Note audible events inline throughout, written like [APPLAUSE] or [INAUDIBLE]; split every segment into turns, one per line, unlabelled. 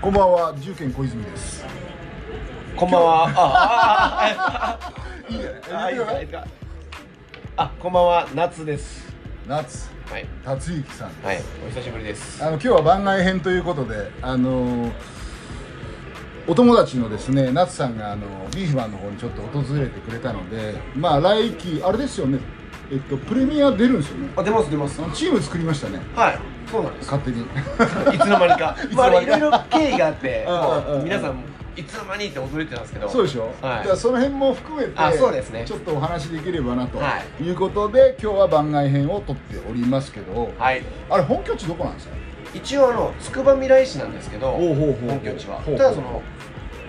こんばんは、重県小泉です。
こんばんは。あ
いいじゃ
あ、あ、あ、
ない
い
い
で
いじゃない
すかい
い
いですか。あ、こんばんは、夏です。
夏
はい。
達之さんです。
はい。お久しぶりです。
あの今日は番外編ということで、あのーお友達のですね、夏さんがあのビーフマンの方にちょっと訪れてくれたので、まあ来季あれですよね。えっとプレミア出るんですよね。
あ、出ます、出ます
あ。のチーム作りましたね。
はい。そうなんです。
勝手に。
いつの間にか。
[LAUGHS] いつの間にか
まあ、あれいろいろ経緯があって、
[LAUGHS] うんうんうん
もう皆さん、いつの間にって驚いてたんですけど。
そうでしょ、
はい
だからその辺も含めて
あそうですね
ちょっとお話できればなと
は
いうことで、今日は番外編を撮っておりますけど、
はい。
あれ本拠地どこなんですか
一応、あの、筑波未来市なんですけど。
ほうほうほう
本拠地は。
ほうほう
ただ、その。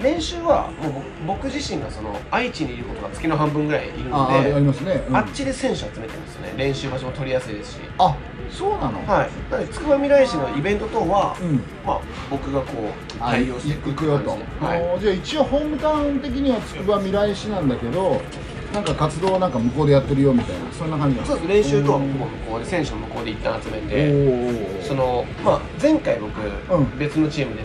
練習はもう僕僕自身がその愛知にいることが月の半分ぐらいいる
あ
の
ああり
で
ますね、うん
あっちで選手集めてるんですよね練習場所も取りやすいですし
あそうなの、
はい、なのでつくばみらい市のイベント等は、
うん
まあ、僕がこう
あ
対応していく
行くよと、
感じではい、
おーじゃあ一応ホームタウン的にはつくば未来市なんだけどなんか活動はなんか向こうでやってるよみたいなそんな感じなん
そうです練習等はほぼ向こうで選手も向こうで一旦集め
お
て
ー
その、まあ、前回僕、
ん
別のチームで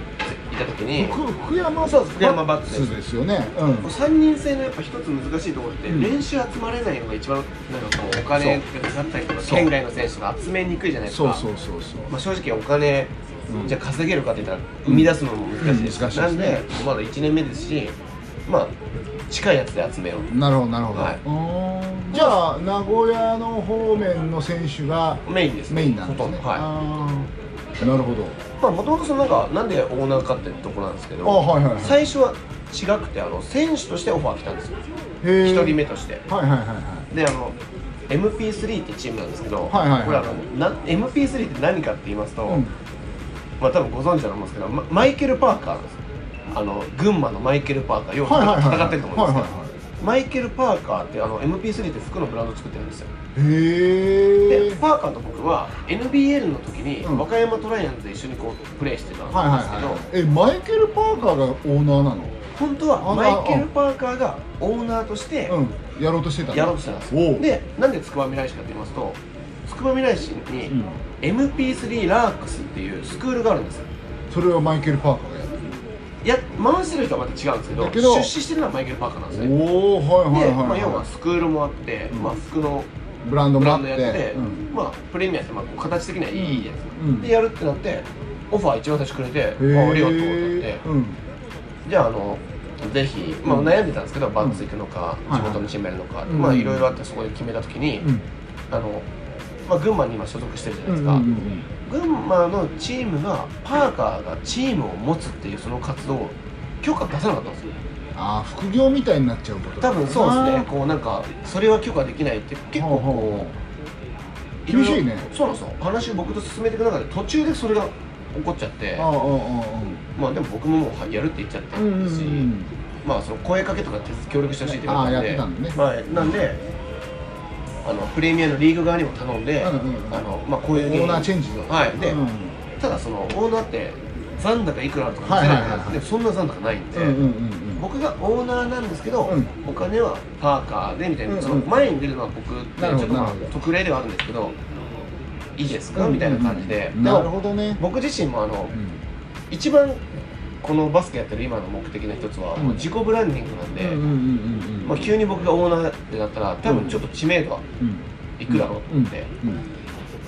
いた時に
福福山
そうです福山バッツ
ツ
です
ですよね、うん、
3人制のやっぱ一つ難しいところって、
うん
練習集まれないのが一番なんかこうお金がかかったりとか
そう
県外の選手が集めにくいじゃないです
そ
か
うそうそうそう
まあ、正直お金、
うん
じゃあ稼げるかって言ったら生み出すのも難しいです、
うん難しいですね
なんでまだ1年目ですしまあ近いやつで集めよう
なるほどなるほど、
はいう
ーんじゃあ名古屋の方面の選手が
メインですね
メインなんですね
ほとんどは
あーなるほど
いまあもともとそのなんかなんでオーナーかってところなんですけど
あはいはいはい
最初は違くてあの選手としてオファー来たんですよ
へ
1人目
と
として
はいはいはい
であの MP3 ってチームなんですけど、
はいはいはい
これあのな MP3 って何かって言いますと、
はい、うん、
まあ多分ご存知だと思うんですけど、まマイケル・パーカーなんですよあの群馬のマイケル・パーカーよく
はいはいはいはい
戦ってると思うんですけど、
はいはいはい
マイケル・パーカーってあの MP3 って服のブランド作ってるんですよ
へ
で
え
パーカーと僕は NBL の時に
うん
和歌山トライアンズで一緒にこうプレーしてたんですけど、
はいはいはいえマイケル・パーカーがオーナーなの
本当
あ
はマイケル・パーカーがオーナーとして
うんやろうとしてたの
やろうとしてたんです
お
よ
う
でなんで筑波未来市かって言いますと筑波未来市に
うん
MP3 ラークスっていうスクールがあるんですよ
それはマイケル・パーカーがやって
いや回してる人はまた違うんですけど
だけど
出資してるのはマイケル・パーカーなんです
る
ね
おおはいはい
で、
はい、
ま
は
あ、
い
要はスクールもあって、
うん
まあ、服の
ブランド
ブ
もあ
ラ
っ
ンド
て
やってて、
うん
まあ、プレミアってまあこう形的にはいいやつ、
うん
でやるってなってオファー一番最初くれて、
へ
あ
ー
ありがとうってなって、
うん
じゃああのぜひ、まあ、悩んでたんですけど、バンツ行くのか、
はいはい
地元のチームやるのか、
うん
まあいろいろあってそこで決めた時に、
うん
あのまあ、群馬に今所属してるじゃないですか、
うんうん
群馬のチームがパーカーがチームを持つっていうその活動を許可出さなかったんですよ
ああ副業みたいになっちゃうこと
多分そうです
あ
ね
ー
こうなんかそれは許可できないって結構
ほうほうほ
こ
う
う
厳しいね
ろろそうなんですよ話を僕と進めていく中で途中でそれが起こっちゃって
ああああ
まあでも僕ももうやるって言っちゃった
ああうんうん
ん
う
ですし、
ん
まあその声かけとか手協力してほしいって言
あ
わ
あ
れ
や
た
っ
ん
て
で
たんだね
はい、なんであのプレミアのリーグ側にも頼んで、
うんうんうん
あのまあ、こう
オ
いう原因
ーナーチェンジだ
はいで、
うん
ただそのオーナーって残高いくらあるとか見せないじゃないです
はいはいはい
か
はい
でもそんな残高ないんで、
うんうんうん
僕がオーナーなんですけど、
うん
お金はパーカーでみたいな、
うんうん
その前に出るのは僕って
なるほ
ちょ
ど
っとま
な
あ
るほど
特例ではあるんですけどいいです
う
か、
ん
みたいな感じで、
なるほどね
僕自身もあの
うん
一番このバスケやってる今の目的の一つは、
うん
もう自己ブランディングなんで、
うんうんうんうん
まあ、急に僕がオーナーってなったら多分ちょっと知名度は
うん
いくだろうって、
うん
って
うん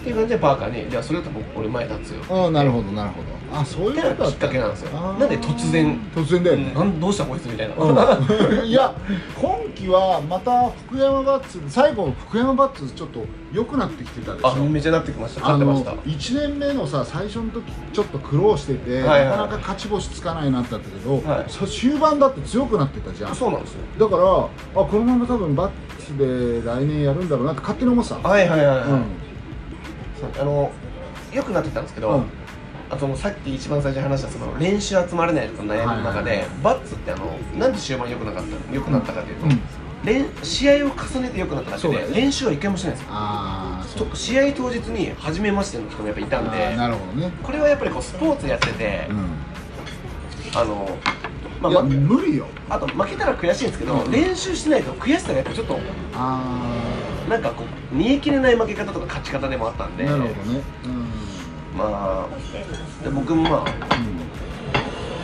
いう感じでパーカーに「じゃあそれだと僕俺前立つよ」
ああなるほどなるほどあそう
っ
い
て
う
の
こと
が
だ
きっかけなんですよ
あー
なんで突然
突然だよね
なんどうしたこいつみたいな、
うん [LAUGHS] いや今季はまた福山バッツ最後福山バッツちょっと良くなってきてたでしょ
[LAUGHS] あめちゃなってきました
あ
勝ってま
の
した
1年目のさ最初の時ちょっと苦労してて、
はいはい
なかなか勝ち星つかないなってあったけど、
はい
そ終盤だって強くなってたじゃんだか
そうなんですよ
らあこのまま多分バッチで来年やるんだろうなって勝手に思ってた
はいはいはい、はい
うん
そうあのよくなってきたんですけど、
うん
あともうさっき一番最初に話したその練習集まれないとか悩みの中で、
はいはい
バッツってあのなんで終盤良くなかった良くなったかというと、
うん
練試合を重ねて良くなっただけ
そうだ
で
よね
練習は一回もしないんですよ
ああそう
と試合当日に初めましての人もやっぱいた
あ
ん
ー
で
なるほどね、
これはやっぱりこうスポーツやってて、
う
あのま
ん、いや
あ、ま
無理よ
あと負けたら悔しいんですけど、
うん
練習してないと悔しさがやっぱちょっと
あ
なんかこう煮え切れない負け方とか勝ち方でもあったん
あ
で
なるほどねうん
まあで僕もまあ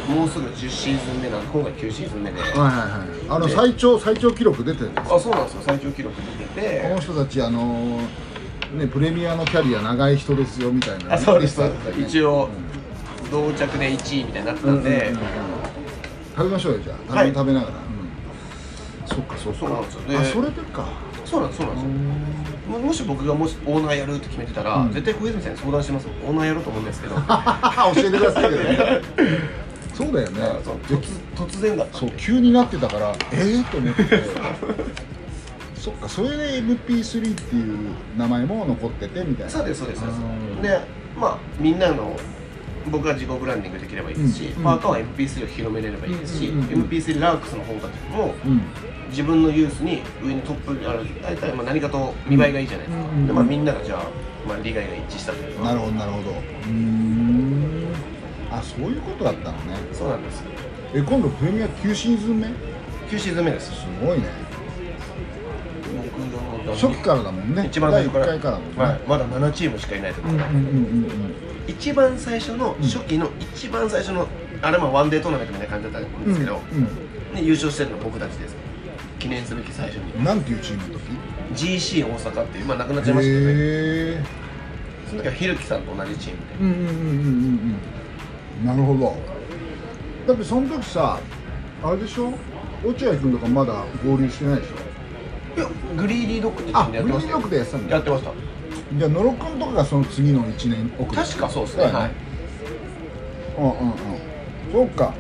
うん
もうすぐ10シーズン目なんで今回9シーズン目で、
はいはいはいあの
で
最長最長記録出てるんです
あそうなんですよ最長記録出て
この
て
人たちあのねプレミアのキャリア長い人ですよみたいな
あそうです
リストあったよね
一応
うん
同着で1位みたいになってたんで、
うんうんうん食べましょうよじゃあ食べ,、
はい
食べながら、うん、そっかそっか
そうなんですよね
あそれでか
そうなんですそうなんですよももし僕がもしオーナーやるって決めてたら、
うん
絶対小泉さんに相談してますオーナーやろうと思うんです
[LAUGHS]
け
[LAUGHS]
ど
教えてくださいけど
[LAUGHS]
ねそうだよね
そう突突然だった
そ
ん
う
で
急になってたからええと思ってて [LAUGHS] そっかそれで MP3 っていう名前も残っててみたいな
そうですそうですそうです
うん
でまあみんなの僕は自己ブランディングできればいいですし、
うん
パーカーは MP3 を広めれればいいですし、
うんうんうん
MP3 ランクスの方がも
うん
自分のユースに上にトップあの大体まあ何かと見栄えがいいじゃないですか、
うんうんうん
でまあみんながじゃあ、まあ、利害が一致したというか
なるほどなるほどうーんあそういうことだったのね
そうなんです
え今度プレミア9シーズン目す
9シーズン目です
ごいね
僕の
初期からだもんね
一番最初から
第1回からだもんね、
はい、まだ7チームしかいないところ、
うんうんうんうん
一番最初の初期の一番最初のあれまあワンデートーナメントみたいな感じだったんですけど、で優勝してるのは僕たちです記念すべき最初に
うん、なんていうチームの時
GC 大阪っていうまあなくなっちゃいましたけどね
へえ
その時はひるきさんと同じチームで
うんうんうんうんうんなるほどだってその時さあれでしょ落合君とかまだ合流してないでしょ
いやグリーリードッグってチー
あグ
ムで
リーン
やってました
ロック
よ
でやってたんだ
やってました
じゃあ野呂君とかがその次の1年遅れ
確かそうですね
だよ
はい
うんうんうんそうか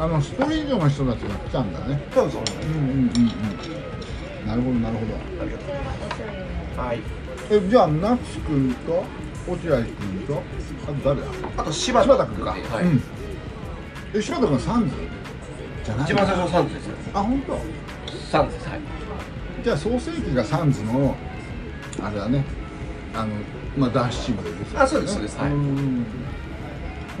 あのストリートの人たちが来たんだね
そうそう
うんうんうんうんなるほどなるほど
ありがとうございますはい
えじゃあ那須君と落合君とあと誰だ
あと柴
柴田
田
君
君
か、
がはい
うんえ柴田君サンズじゃない
一番最初のサンズですね
あ本当
サンズですはい
じゃあ創世紀がサンズのあれだねあのまあダッシュまで出てた
あそうですそうですはい
ん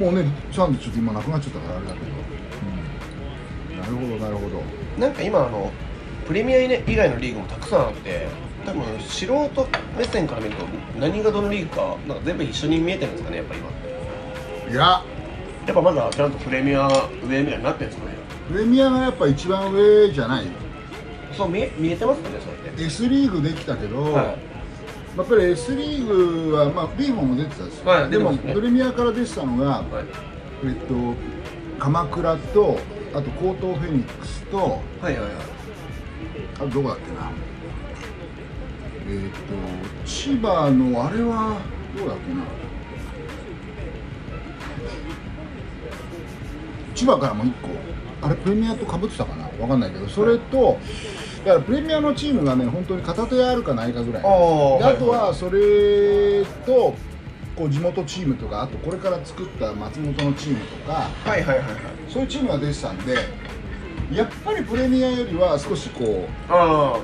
もうねサンズちょっと今なくなっちゃったからあれだけど、うん、なるほどなるほど
なんか今あのプレミア以外のリーグもたくさんあって多分素人目線から見ると何がどのリーグかなんか全部一緒に見えてるんですかねやっぱ今
いや
やっぱまだちゃんとプレミア上みたいになってるんですかね
プレミアがやっぱ一番上じゃない
そう見え見えてますかねそれって
S リーグできたけど、
は
やっぱり S リーグは、まあ、ビーフォンも出てたんですよ、
はい
でも、
出てますね
プレミアから出てたのが、
いはい
えっと、鎌倉とあと江東フェニックスと
はいはいはい
あとどこだっけなえっと千葉のあれはどうだっけな千葉からも1個あれプレミアとかぶってたかなわかんないけどそれとだからプレミアのチームがね本当に片手あるかないかぐらい
あー
で
はい
あとはそれとこう地元チームとかあとこれから作った松本のチームとか
はいはいはいはい
そういうチームが出てたんでやっぱりプレミアよりは少しこう
あ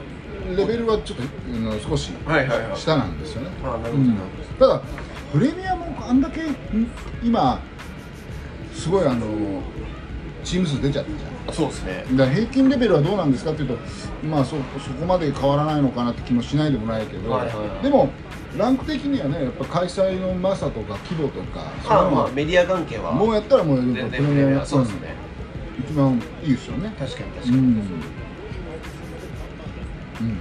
レベルはちょっとあの少し
あはいはいはい
下なんですよね、
ああなるほど
うん
なるほ
ただプレミアもあんだけん今すごいあのチーム数出ちゃってるじゃん
どそうですね
だから平均レベルはどうなんですかっていうとまあそそこまで変わらないのかなって気もしないでもないけど、
はいはいはい
でもランク的にはねやっぱ開催のマサとか規模とかそうい
あ
うの
あまあ
は
メディア関係は
もうやったらもうやっぱ
全然
プ
プレミ
が
アそうですね
うん一番いいですよね
確かに確か
う
に
ん、うん、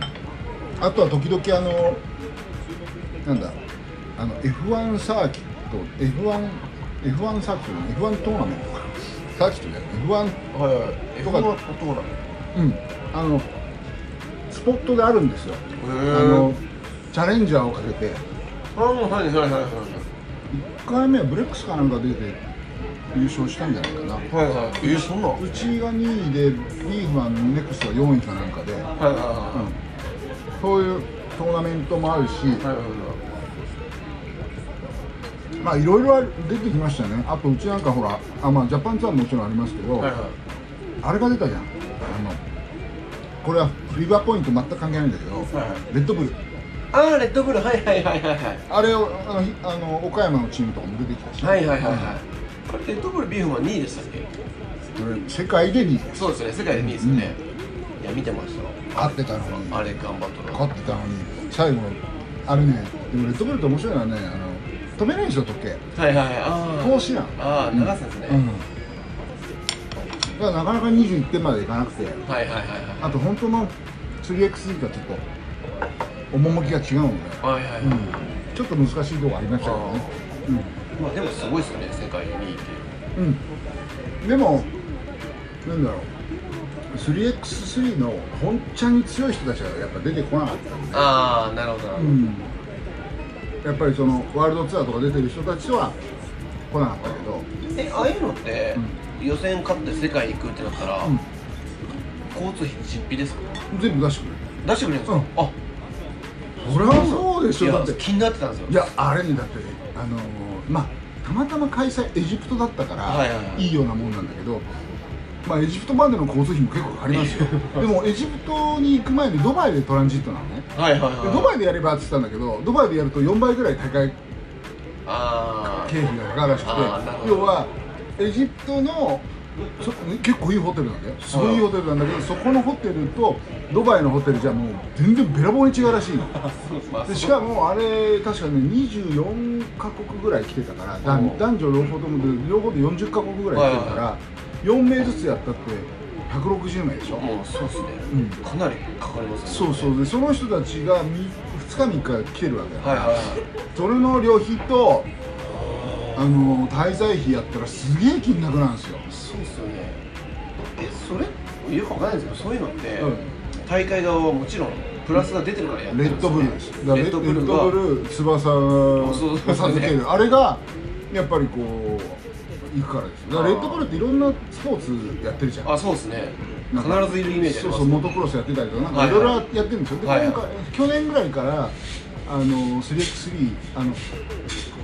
あとは時々あのなんだあの F1 サーキット F1F1 サーキット F1 トーナメントかサーキットじゃない F1
はいはいえ
と
こ
か
の音なの
うん、あのスポットであるんですよ
へ
あ
ー
のチャレンジャーをかけて
ああはいはいはいはいはい
1回目はブレックスかなんか出て優勝したんじゃないかな
はいはいえそんなはいう
ちが2位でリーフマンのネクストが4位かなんかで、うん、
はいはい
そういうトーナメントもあるし、
はいはいはい
まあいろいろある出てきましたねあとうちなんかほらあ、まあ、ジャパンツアーももちろんありますけど、
はいはい
あれが出たじゃんあのこれはフィーバーポイント全く関係ないんだけど、
はいはい
レッドブル
ああレッドブルはいはいはいはいはい
あれをあのひあの岡山のチームとかも出てきたし、
はいはいはいはいこれレッドブルビーフマン2位でしたっけ
うん世界で2位です
そうですね世界で2位ですね、いや見てましたわ
勝ってたのに
あれ頑張っとる
勝ってたのに最後あれねでもレッドブルって面白いのはねあの止めないでしょ時計
はいはいはいあ
投資なの
ああー流すんですね、
うんだからなかなか21点までいかなくて
はいはいはい
あと本当の 3x3 とはちょっと趣が違うので、
はいはいはいはい、
うん、ちょっと難しいところありましたけどね、
まあでもすごいですよね世界2位って
うんうん、でもなんだろう 3x3 の本ちゃんに強い人たちはやっぱ出てこなかったんで
ああなるほどなるほど、
やっぱりそのワールドツアーとか出てる人たちは来なかったけど、
えああいうのって、予選勝って世界行くってなったら、
うん
交通費実費ですか
全部出してくれ
出してくれるんですか、
うん
あ
るそれはそうでし
い
ょだ
や
って
気になってたんですよ
いやあれにだってあのーまあたまたま開催エジプトだったから、
はいはいはい
いようなもんなんだけどまあエジプトまでの交通費も結構かかりますよでもエジプトに行く前にドバイでトランジットなのね
はいはいはい
でドバイでやればって言ってたんだけどドバイでやると4倍ぐらい高い
あ
経費がかかるらしくて
あーなるほど
要はエジプトのそ結構いいホテルなんだよすごいいいホテルなんだけどそこのホテルとドバイのホテルじゃもう全然べらぼうに違うらしいの
あまあ
でしかもあれ確かね24カ国ぐらい来てたからだ
お
ん
う
男女両方ともで両方で40カ国ぐらい来てたから4名ずつやったって160名でしょ
もうそうですね、
うん
かなりかかりますね
そうそうでその人たちが2日3日来てるわけだ
はいはいはい
それの旅費とあの滞在費やったらすげえ金額なんですよ
そうっすよねえそれよくわかんないんですけどそういうのって、
うん
大会側はもちろんプラスが出てるからやって
レ
るん
ッ
です
ドブルですだ
よ、ね、
からレ
レッ
ッド
ド
ブ
ブ
ル
ルが
翼を授けるあれがやっぱりこう行くからですだからレッドブルっていろんなスポーツやってるじゃん
あそうですね
なんか
必ずいるイメージあり
そう
ます
そうモトクロスやってたりとかなんか
はい
い
はい
ろいろやってるんですよ、で
はいはい
今回去年ぐらいからあの 3x3 あの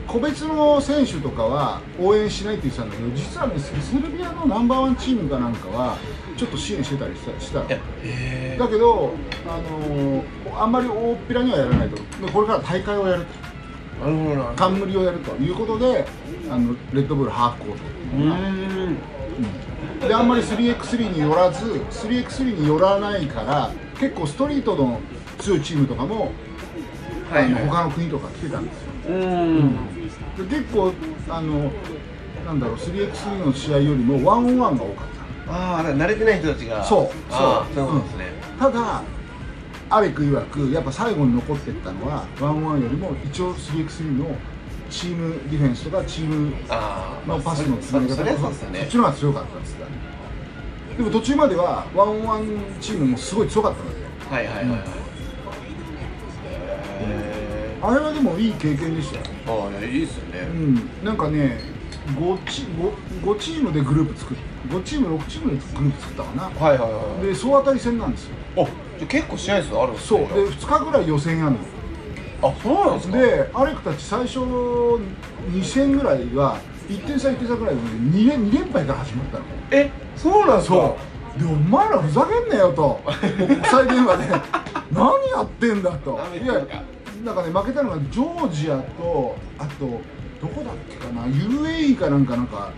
個別の選手とかは応援しないって言ってたんだけど実はねセセルビアのナンバーワンチームかなんかはちょっと支援してたりしたしたの
いやへえ
だけど、あのあんまり大っぴらにはやらないとでこれから大会をやると
なるほどなう
冠をやるということであのレッドブルハーフコート
ーん
であんまり 3x3 に寄らず 3x3 に寄らないから結構ストリートの強いチームとかも、
はいはい
あの他の国とか来てたんですよ
うーん
で結構あのなんだろう 3x3 の試合よりもワンオンワンが多かっ
ああだから慣れてない人たちが
たそう
あー
そ
そうういうことですね、
うんただアレク曰くやっぱ最後に残ってったのはワンオンワンよりも一応 3x3 のチームディフェンスとかチーム
ああ
まあ、パスのつなぎ
そ
方
れ
と
はそ
か
うですよ
そっ
ね
ちの方が強かったんですがでも途中まではワンオンワンチームもすごい強かったので
はいはいはいはいへ
あれはでもいい経験でしたよ、
ーああいやいいですよね、
うん、なんかね 5, チ 5, 5チームでグループ作って5チーム6チームでグループ作ったかな
はいはいはいはい
で総当たり戦なんですよ
あじゃあ結構試合数あるんです
そう
ね
で2日ぐらい予選やるの
あそうなんですか
でアレクたち最初2戦ぐらいは1点差1点差ぐらいで 2, 連2連敗から始まったの
えそうなんですか
そうでお前らふざけんなよともう国際電
[LAUGHS]
話で何やってんだと
舐め
い
てる
や
か
なんかね負けたのがジョージアとあとどこだっけかな UAE かなんかなんか
は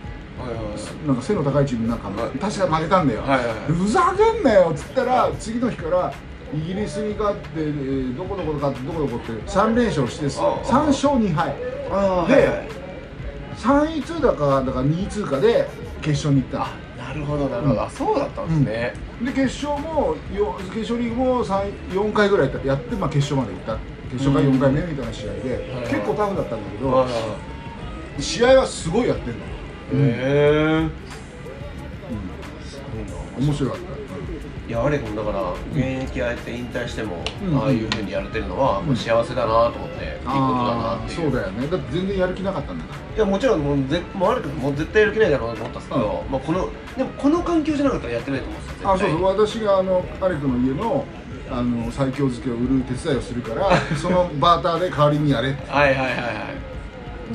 いはいはい
なんか背の高いチームなんか
はい
確か負けたんだよ、
はいはいはい
でふざけんなよっつったら次の日からイギリスに勝ってえーどこどこと勝ってどこどこって3連勝して
ああ
3勝2敗
ああ
で
はいはい
3位通過かだから2位通過で決勝に行ったの
なるほどなるほどあそうだったんですね
で決勝もよ決勝リーグも三4回ぐらいやって、まあ、決勝まで行った決勝から4回目みたいな試合で、
はい
結構タフだったんだけ
はいは
ど
いはい
試合はすごいやってんの
へえ
面白かっ
いやあれ君だから現役あえて引退しても
うん
ああいうふうにやれてるのはもう幸せだなと思っていいこと
た
だ
あ
な
あ
ってい
そう
う
だよねだって全然やる気なかったんだか
いやもちろんもうぜもうある君もう絶対やる気ないだろうなと思ったんですけどまあこのでもこの環境じゃなかったらやってないと思うんです
ら
よ
あ
絶
そう
対
そう私があのアレクの家のあの最強漬けを売る手伝いをするから
[LAUGHS]
そのバーターで代わりにやれって
はいはいはいはい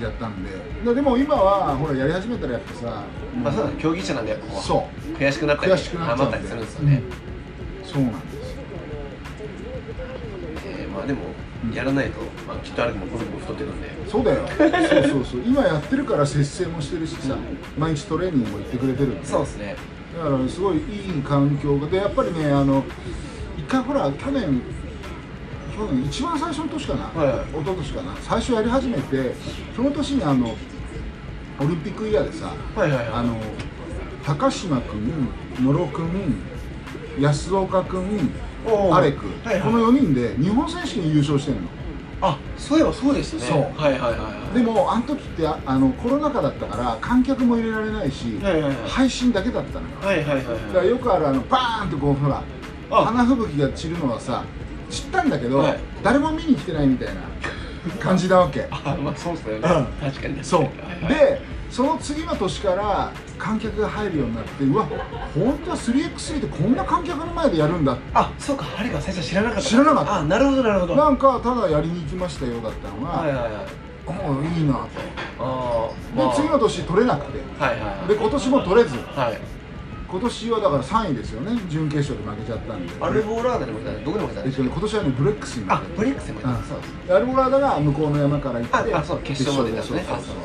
やったんでででも今はほらやり始めたらやっぱさ
まあそうだね競技者なんでやっぱこう
そう
悔しくなったり
悔しくなっちゃ
余
う
っ
ん
た
で
りするんですよね、
うんそうなんですよ
えーまあでもやらないと、まあ、きっとあれもブルブル太ってるんで
そうだよそうそうそう今やってるから節制もしてるしさ毎日トレーニングも行ってくれてるんで
そう
だ
ですね
からすごいいい環境でやっぱりねあの一回ほら去年去年一番最初の年かな、
はいはい
一昨年かな最初やり始めてその年にあのオリンピックイヤーでさ
はいはいはい
あの高島君野呂君安岡君
おー
アレク、
はいはい
この4人で日本選手権優勝してるの
あそういえばそうですね
そう
はいはいはいはい
でもあの時ってああのコロナ禍だったから観客も入れられないし、
はいはいはい
配信だけだったのよ
はいはいは
だ
い
か
は
ら
い
よくあるあのバーンとこうほら
あ
花吹雪が散るのはさ散ったんだけど、
はい
誰も見に来てないみたいな感じなわけ
あまあそうです
う
よね、
ん
確かに
そう
はいはい
でその次の年から観客が入るようになってうわ本当は 3x3 ってこんな観客の前でやるんだ
あそうかハリが最初知らなかった
知らなかった
あなるほどなるほど
なんかただやりに行きましたよだったのが、
はいはいはい
おおいいなと
あー、
で
まあ
次の年取れなくて
はいはいはい
で今年も取れず
はい
今年はだから3位ですよね準決勝で負けちゃったんで
アルボラーダにもいたねどこにもいた
えっとね今年はねブレックスに負
あ
けて
ブリックスにもいたねそうです
アルボラーダが向こうの山から行って
ああそう決勝までいたんですね
そうそうそう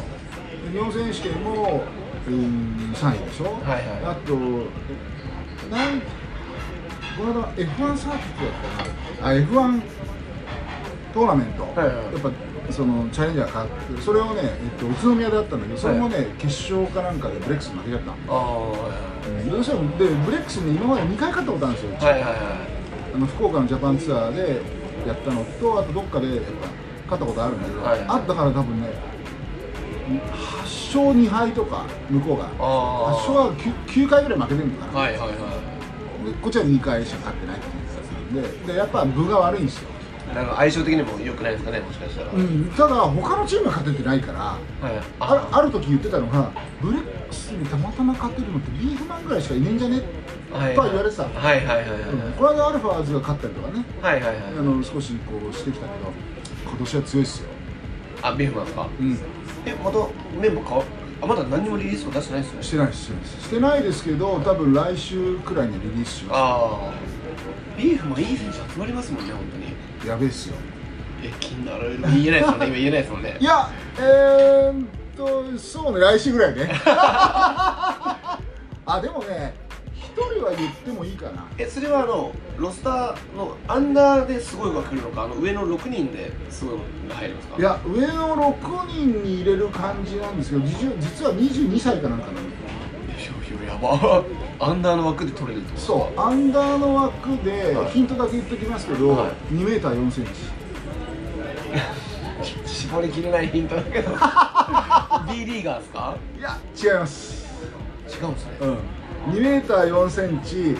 で日本選手権も、うーん、3位でしょ、
はいはい
あとなんこの間 F1 サーキットだったかなあ F1 トーナメント、
はいはい
やっぱそのチャレンジャーかそれをね、えっと、宇都宮であったんだけどそれもね、決勝かなんかでブレックスに負けちゃったの
ああ
どうしてもでブレックスね今まで2回勝ったことあるんですよ、
はいはいはい
あの福岡のジャパンツアーでやったのとあとどっかでやっぱ勝ったことあるんだけど、
はい
あったから多分ね8勝2敗とか向こうが8
あー
勝は 9, 9回ぐらい負けてるのかな、
はいはいは
でこっちは2回しか勝ってないって言ってたんででやっぱ分が悪いんですよ、
いなんか相性的にも良くないですかねもしかしたら、
う
はい
ん、ただ他のチームが勝ててないからある
あ
ある時言ってたのがブレックスにたまたま勝てるのってビーフマンぐらいしかいねえんじゃね
はい
とは言われてた
はいはいはいはいはい
うんこの間アルファーズが勝ったりとかね
はいはい
あ
はい
の少しこうしてきたけど今年は強いっすよ
あビーフマンですか
うん
えまたメンバー変わあまだ何にもリリースも出してないですよね
してないですしてないですしてないですけど多分来週くらいにリリースしま
ああビーフもいい選手集まりますもんね本当に
すやべえっすよ
え気になる言えないですもんね今言えないですもんね
いやえー、っとそうね来週ぐらいね
[LAUGHS]
あでもね一人は言ってもいいかな
えそれはあのロスターのアンダーですごいが来るのかあの上の6人ですごいのが入るんですか
いや上の6人に入れる感じなんですけど実は実は22歳かなんかなの
いやいややばアンダーの枠で取れるってこと
そうアンダーの枠で
はい
ヒントだけ言っときますけど、
はい
2m4cm
絞りきれないヒントだけど [LAUGHS] B リーガーですか
いや違います
違うんですね
うん2メーター4センチ、
はい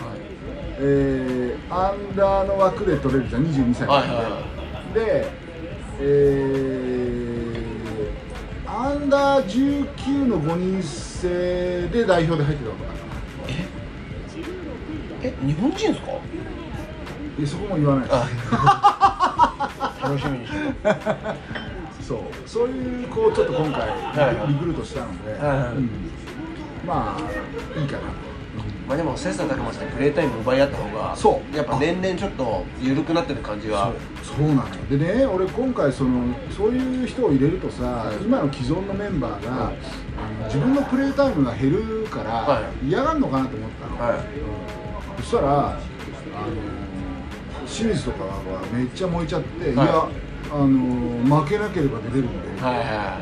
えーアンダーの枠で取れるじゃん22歳
はい
な
は
んで、
いはい
で、えーアンダー19の5人制で代表で入ってたのかな
え日本人ですか
いやそこも言わないで
あ楽しみにしてます
そうそういう子をちょっと今回
いはい
リクルートしたので、
はいはい
うんまあいいかな
まあでも切磋琢磨してプレータイム奪い合った方が
そう
やっぱ年々ちょっと緩くなってる感じは
そうなのよでね俺今回そのそういう人を入れるとさ、今の既存のメンバーが、
はい
あの自分のプレータイムが減るから、
は
嫌がるのかなと思ったの、
はい
そしたらあの清水とかはめっちゃ燃えちゃって、い、やあの負けなければ出れるんで、
はいは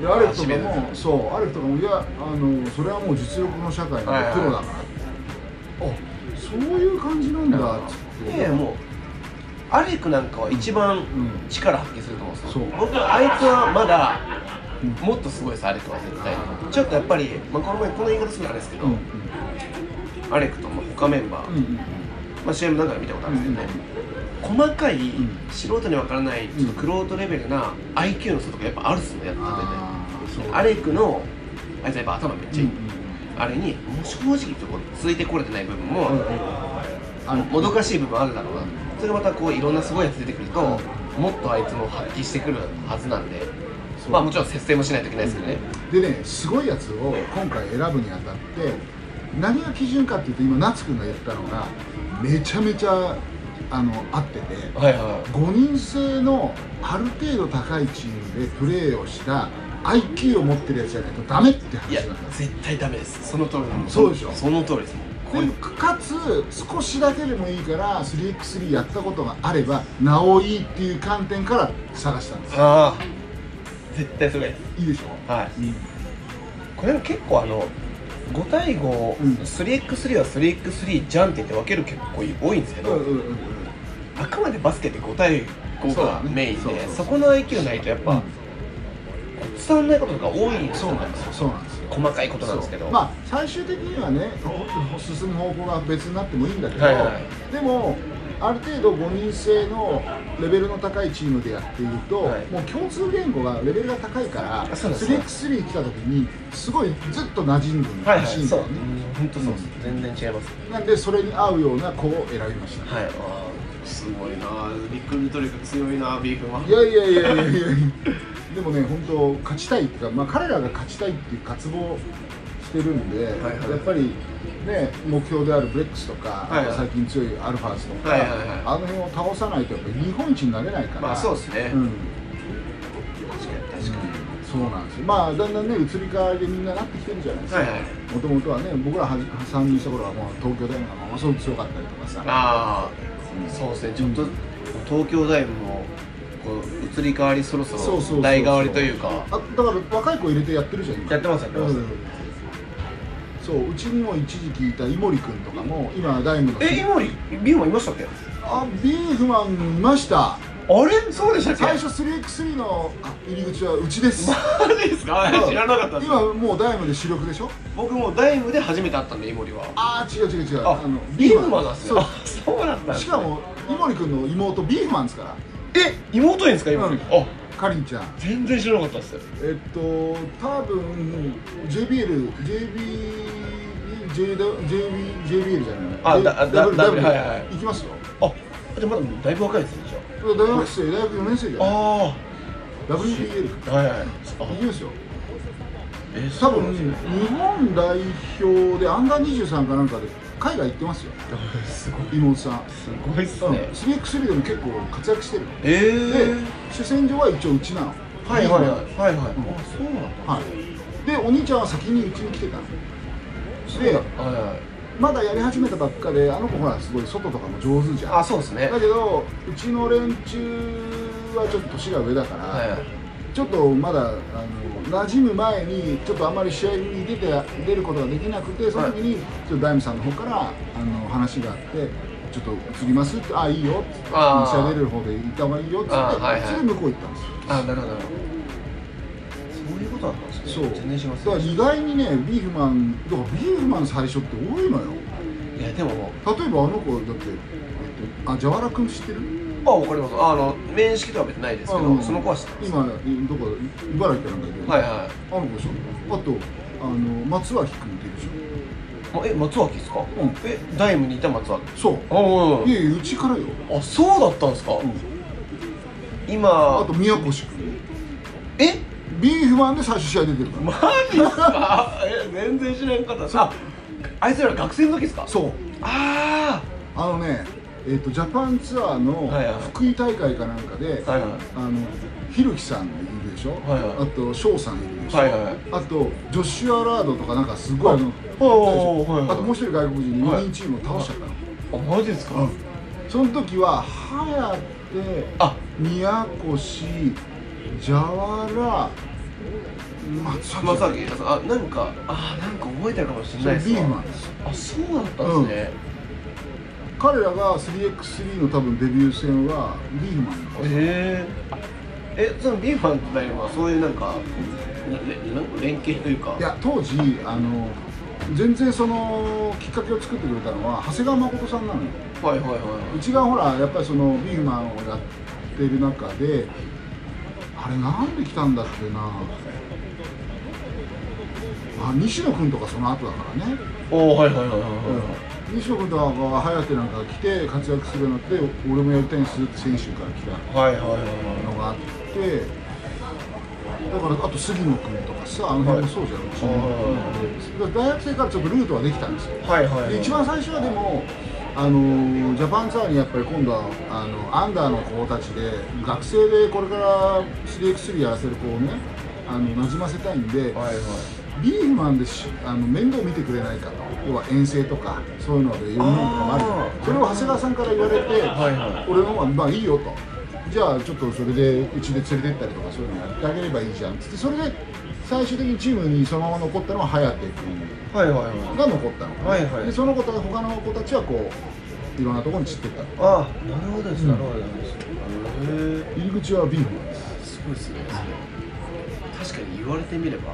でアレクとか
あ締め
も
る
そうアレクとかもいやあのそれはもう実力の社会
はい
な
は
ん
い
でプロだから、あそういう感じなんだっつ
い
って
ねえもうアレクなんかは一番
ん
力発揮すると思うんですよ、
そう
僕はあいつはまだ
うん
もっとすごいですアレクは絶対ちょっとやっぱり、まあ、この前この言い方するのあれですけど、
うんうん
アレクとまあ他メンバー、
うんうん
まあ、CM なんかで見たことあるんですけどね、細かい、素人にわからないちょっとクロートレベルな IQ の差とかやっぱあるっすねやっ
あ
て
ー
て、
そう
アレクのあいつやっぱ頭めっちゃいい、
うんうん
あれにもう正直言うとこついてこれてない部分も、
あの
もどかしい部分あるだろうなそれがまたこういろんなすごいやつ出てくると、もっとあいつも発揮してくるはずなんで
そう
まあもちろん節制もしないといけないですけどね、
でねすごいやつを今回選ぶにあたって何が基準かっていうと今夏くんが言ったのがめちゃめちゃあの合ってて
はいは
5人制のある程度高いチームでプレーをした IQ を持ってるやつじゃないとダメって
いや
話なんだ
絶対ダメですその通りだもん
そうでしょ
その通りですもんこうい
で
う
かつ少しだけでもいいから 3x3 やったことがあればなおいいっていう観点から探したんです
ああ絶対それです
いいでしょ
はい
うん
これも結構あの5対5、
うん
3x3 は 3x3 じゃんって言って分ける結構多いんですけど、
うんうんうんうん
あくまでバスケって5対5
そうだ
が
ね
メイン
そう
で
そうそう
そこの IQ ないとやっぱ、伝わんないことが多いんです
そう
よ
なんですよそうなんですよ
細かいことなんですけど、
そうまあ最終的にはね進む方向が別になってもいいんだけど、
はいはい
でもある程度5人制のレベルの高いチームでやっていると、
はい
もう共通言語がレベルが高いから
そうですね
3x3 来た時にすごいずっと馴染んでる
はいは
ら
い
しいんだ
そう
よね、
本当そうです、全然違います
なんでそれに合うような子を選びました、
はい
すごいなリクルート力強いなビーフンはい
やいやいやいやいやでもね本当勝ちたいっていうか、まあ、彼らが勝ちたいっていう渇望してるんで、
はいはい
やっぱりね目標であるブレックスとか、
はいはい
あと最近強いアルファーズとか、
はいはいはい
あの辺を倒さないとやっぱり日本一になれないから、
まあそう
で
ですね、
うん、
確かに確か
そうなんですよまあだんだんね移り変わりでみんななってきてるじゃないですか
はいはい
もともとはね僕らはじ参入した頃はもう東京大学がものすごく強かったりとかさ
ああ、そうですねちょっと、
うん
東京大もこう移り変わりそろそ
そうそうそうそ
ろ
う
代替わりというか
あだから若い子入れてやってるじゃん今
やってますやってます、
うんそううちにも一時期いた井森君とかも今ダイムの
え今リビーマンいましたっけ
あビーフマンいました
あれそうでしたっけ
最初 3x3 の入り口はうちです
マジですか [LAUGHS] 知らなかったです
今もうダイムで主力でしょ
僕もダイムで初めて会ったんで井森は
ああ違う違う違う
あ
の
ビーフマンなんです
そ
よ
う
あそうなんだ
しかも井森君の妹ビーフマンですから
え妹いるんですか今、
うん
あ
かりんちゃん
全然知らなかったですよ
えっと多分 JBL JB JB JBL じゃない
あだだ
W- W-
W はいはい
行きますよ
あでもまだだいぶ若いですねじゃ
大学生大学4年生じゃ
あ
ない
あ
WBL か
あはいはい
いきますよ
えー
多
そうなん
分日
ですね
本代表でアンダー23かなんかで海外行って
[LAUGHS]
ますよ
すごい
妹さん
すごいっす
うん
ね
3x3 でも結構活躍してる
え
で
ー
主戦場は一応うちなの
はいはいはい
は
はいはいあそうなんだ
いでお兄ちゃんは先にうちに来てたの
そう
で
だはいはい
まだやり始めたばっかであの子ほらすごい外とかも上手じゃ
あ
ん
そうですね
だけどうちの連中はちょっと年が上だから、
はいはい
ちょっとまだあの馴染む前にちょっとあんまり試合に出て出ることができなくてその時に、ちょっとダイムさんの方からあの話があってちょっと移りますってあいいよっつって試
あー
合出れる方で行った方がいいよっつって、
あーはいはい
それで向こう行ったんですよ
あなるほどなるほどそういうことだったんです
そう
ね全然します
だから意外にねビーフマンだからビーフマン最初って多いのよ
いやでも
例えばあの子だってえっとあジャワラ君知ってる
あわかりますあの面識とは別にないですけ
あの
どその子は知ってます
今どこ茨城かなんかいる、
はいは
あの子でしょあとあの松脇君っているでし
いまえ松脇ですか
うん
えダイムにいた松脇
ょそう
あうん
いやいやうちからよ、
あそうだったんですか
うん、あ
今
と宮越君
え
ビーフマンで最初試合出てるから、
マジっすかえ全然知らんかったさあいつら学生の時ですか
そう
あ
あのねえっ、とジャパンツアーの
はいはい
福井大会かなんかで、
あはいはい
あのひろきさんいるでしょ、
はいはい
あと翔さんいるでしょ、
はいはい
あとジョシュア・ラードとかなんかすごいあの
おーはいはい
あともう一人外国人に4人チームを倒しちゃったの、
あマジですか、
その時は早手
あ
宮越蛇原松崎
松崎あなんかあなんか覚えてるかもしれ
そ
な
う
い
ビ
ですわ
ーマンです
あそうだったんですね、
彼らが 3x3 の多分デビュー戦はビーマン
へええそのビーファンって何はそういうなんかなれなんか連携というか
いや当時あの全然そのきっかけを作ってくれたのは長谷川誠さんなのよ
はいはいはいう
ちがほらやっぱりそのビーフマンをやってる中であれなんで来たんだっけなあ西野君とかその後だからね、
おーはいはいはいはいは
うん、西野君とかが早手なんか来て活躍するようになって俺もやりたいんですって選手から来た
いはいはいはいはい
のがあってだからあと杉野君とかさあの辺もそうじゃん、うちのだから大学生からちょっとルートはできたんですよ
はいはいはい
で一番最初はでもあのジャパンツアーにやっぱり今度はあのアンダーの子たちで学生でこれから 3x3 やらせる子をねあの馴染ませたいんで、
はいはい
ビーフマンでしあの面倒見てくれないかと要は遠征とかそういうので呼ぶのとかもある
あー
それを長谷川さんから言われて、
はいはい
俺の方がまあいいよとじゃあちょっとそれでうちで連れてったりとかそういうのやってあげればいいじゃんっつってそれで最終的にチームにそのまま残ったのは颯
はいはいはい
君が残ったのかな、
はいはい
でその子た他の子たちはこういろんなところに散っていった
ああなるほどです
うん
なるほどです、へえ
入り口はビーフなんです
すごいですね確かに言われてみれば、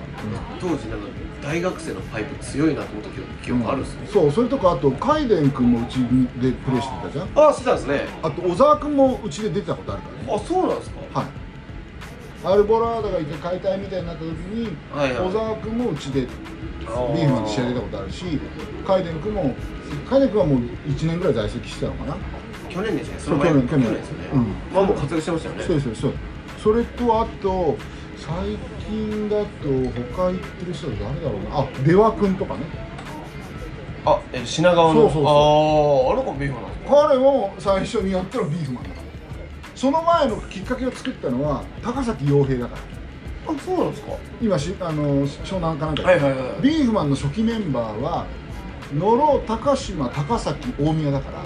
当時なんか大学生のパイプ強いなと思った記憶記憶あるんですね、
そうそれとかあとカイデン君もうちでプレーしてたじゃん
ああしてたんですね
あと小沢君もうちで出てたことあるからね
あそうなんですか
はいアルボラードがいて解体みたいになった時に、
はいはい
小沢君もうちでビ
あー
ーフマンで試合出たことあるしカイデン君もカイデン君はもう1年ぐらい在籍してたのかな、
去年ですねそ
そう
の前
去年去年
ですよね、
うん
まあもう活躍してましたよね
そうですそうですそうですそれとあと最近だと他行ってる人は誰だろうなあ出羽君とかね
あえ品川の
そうそうそう
あああの子ビーフなんですか
彼も最初にやったのはビーフマンだからその前のきっかけを作ったのは高崎洋平だから
あそうなんですか
今しあの湘南かなんか
はいはいはい
ビーフマンの初期メンバーは野呂高島高崎大宮だから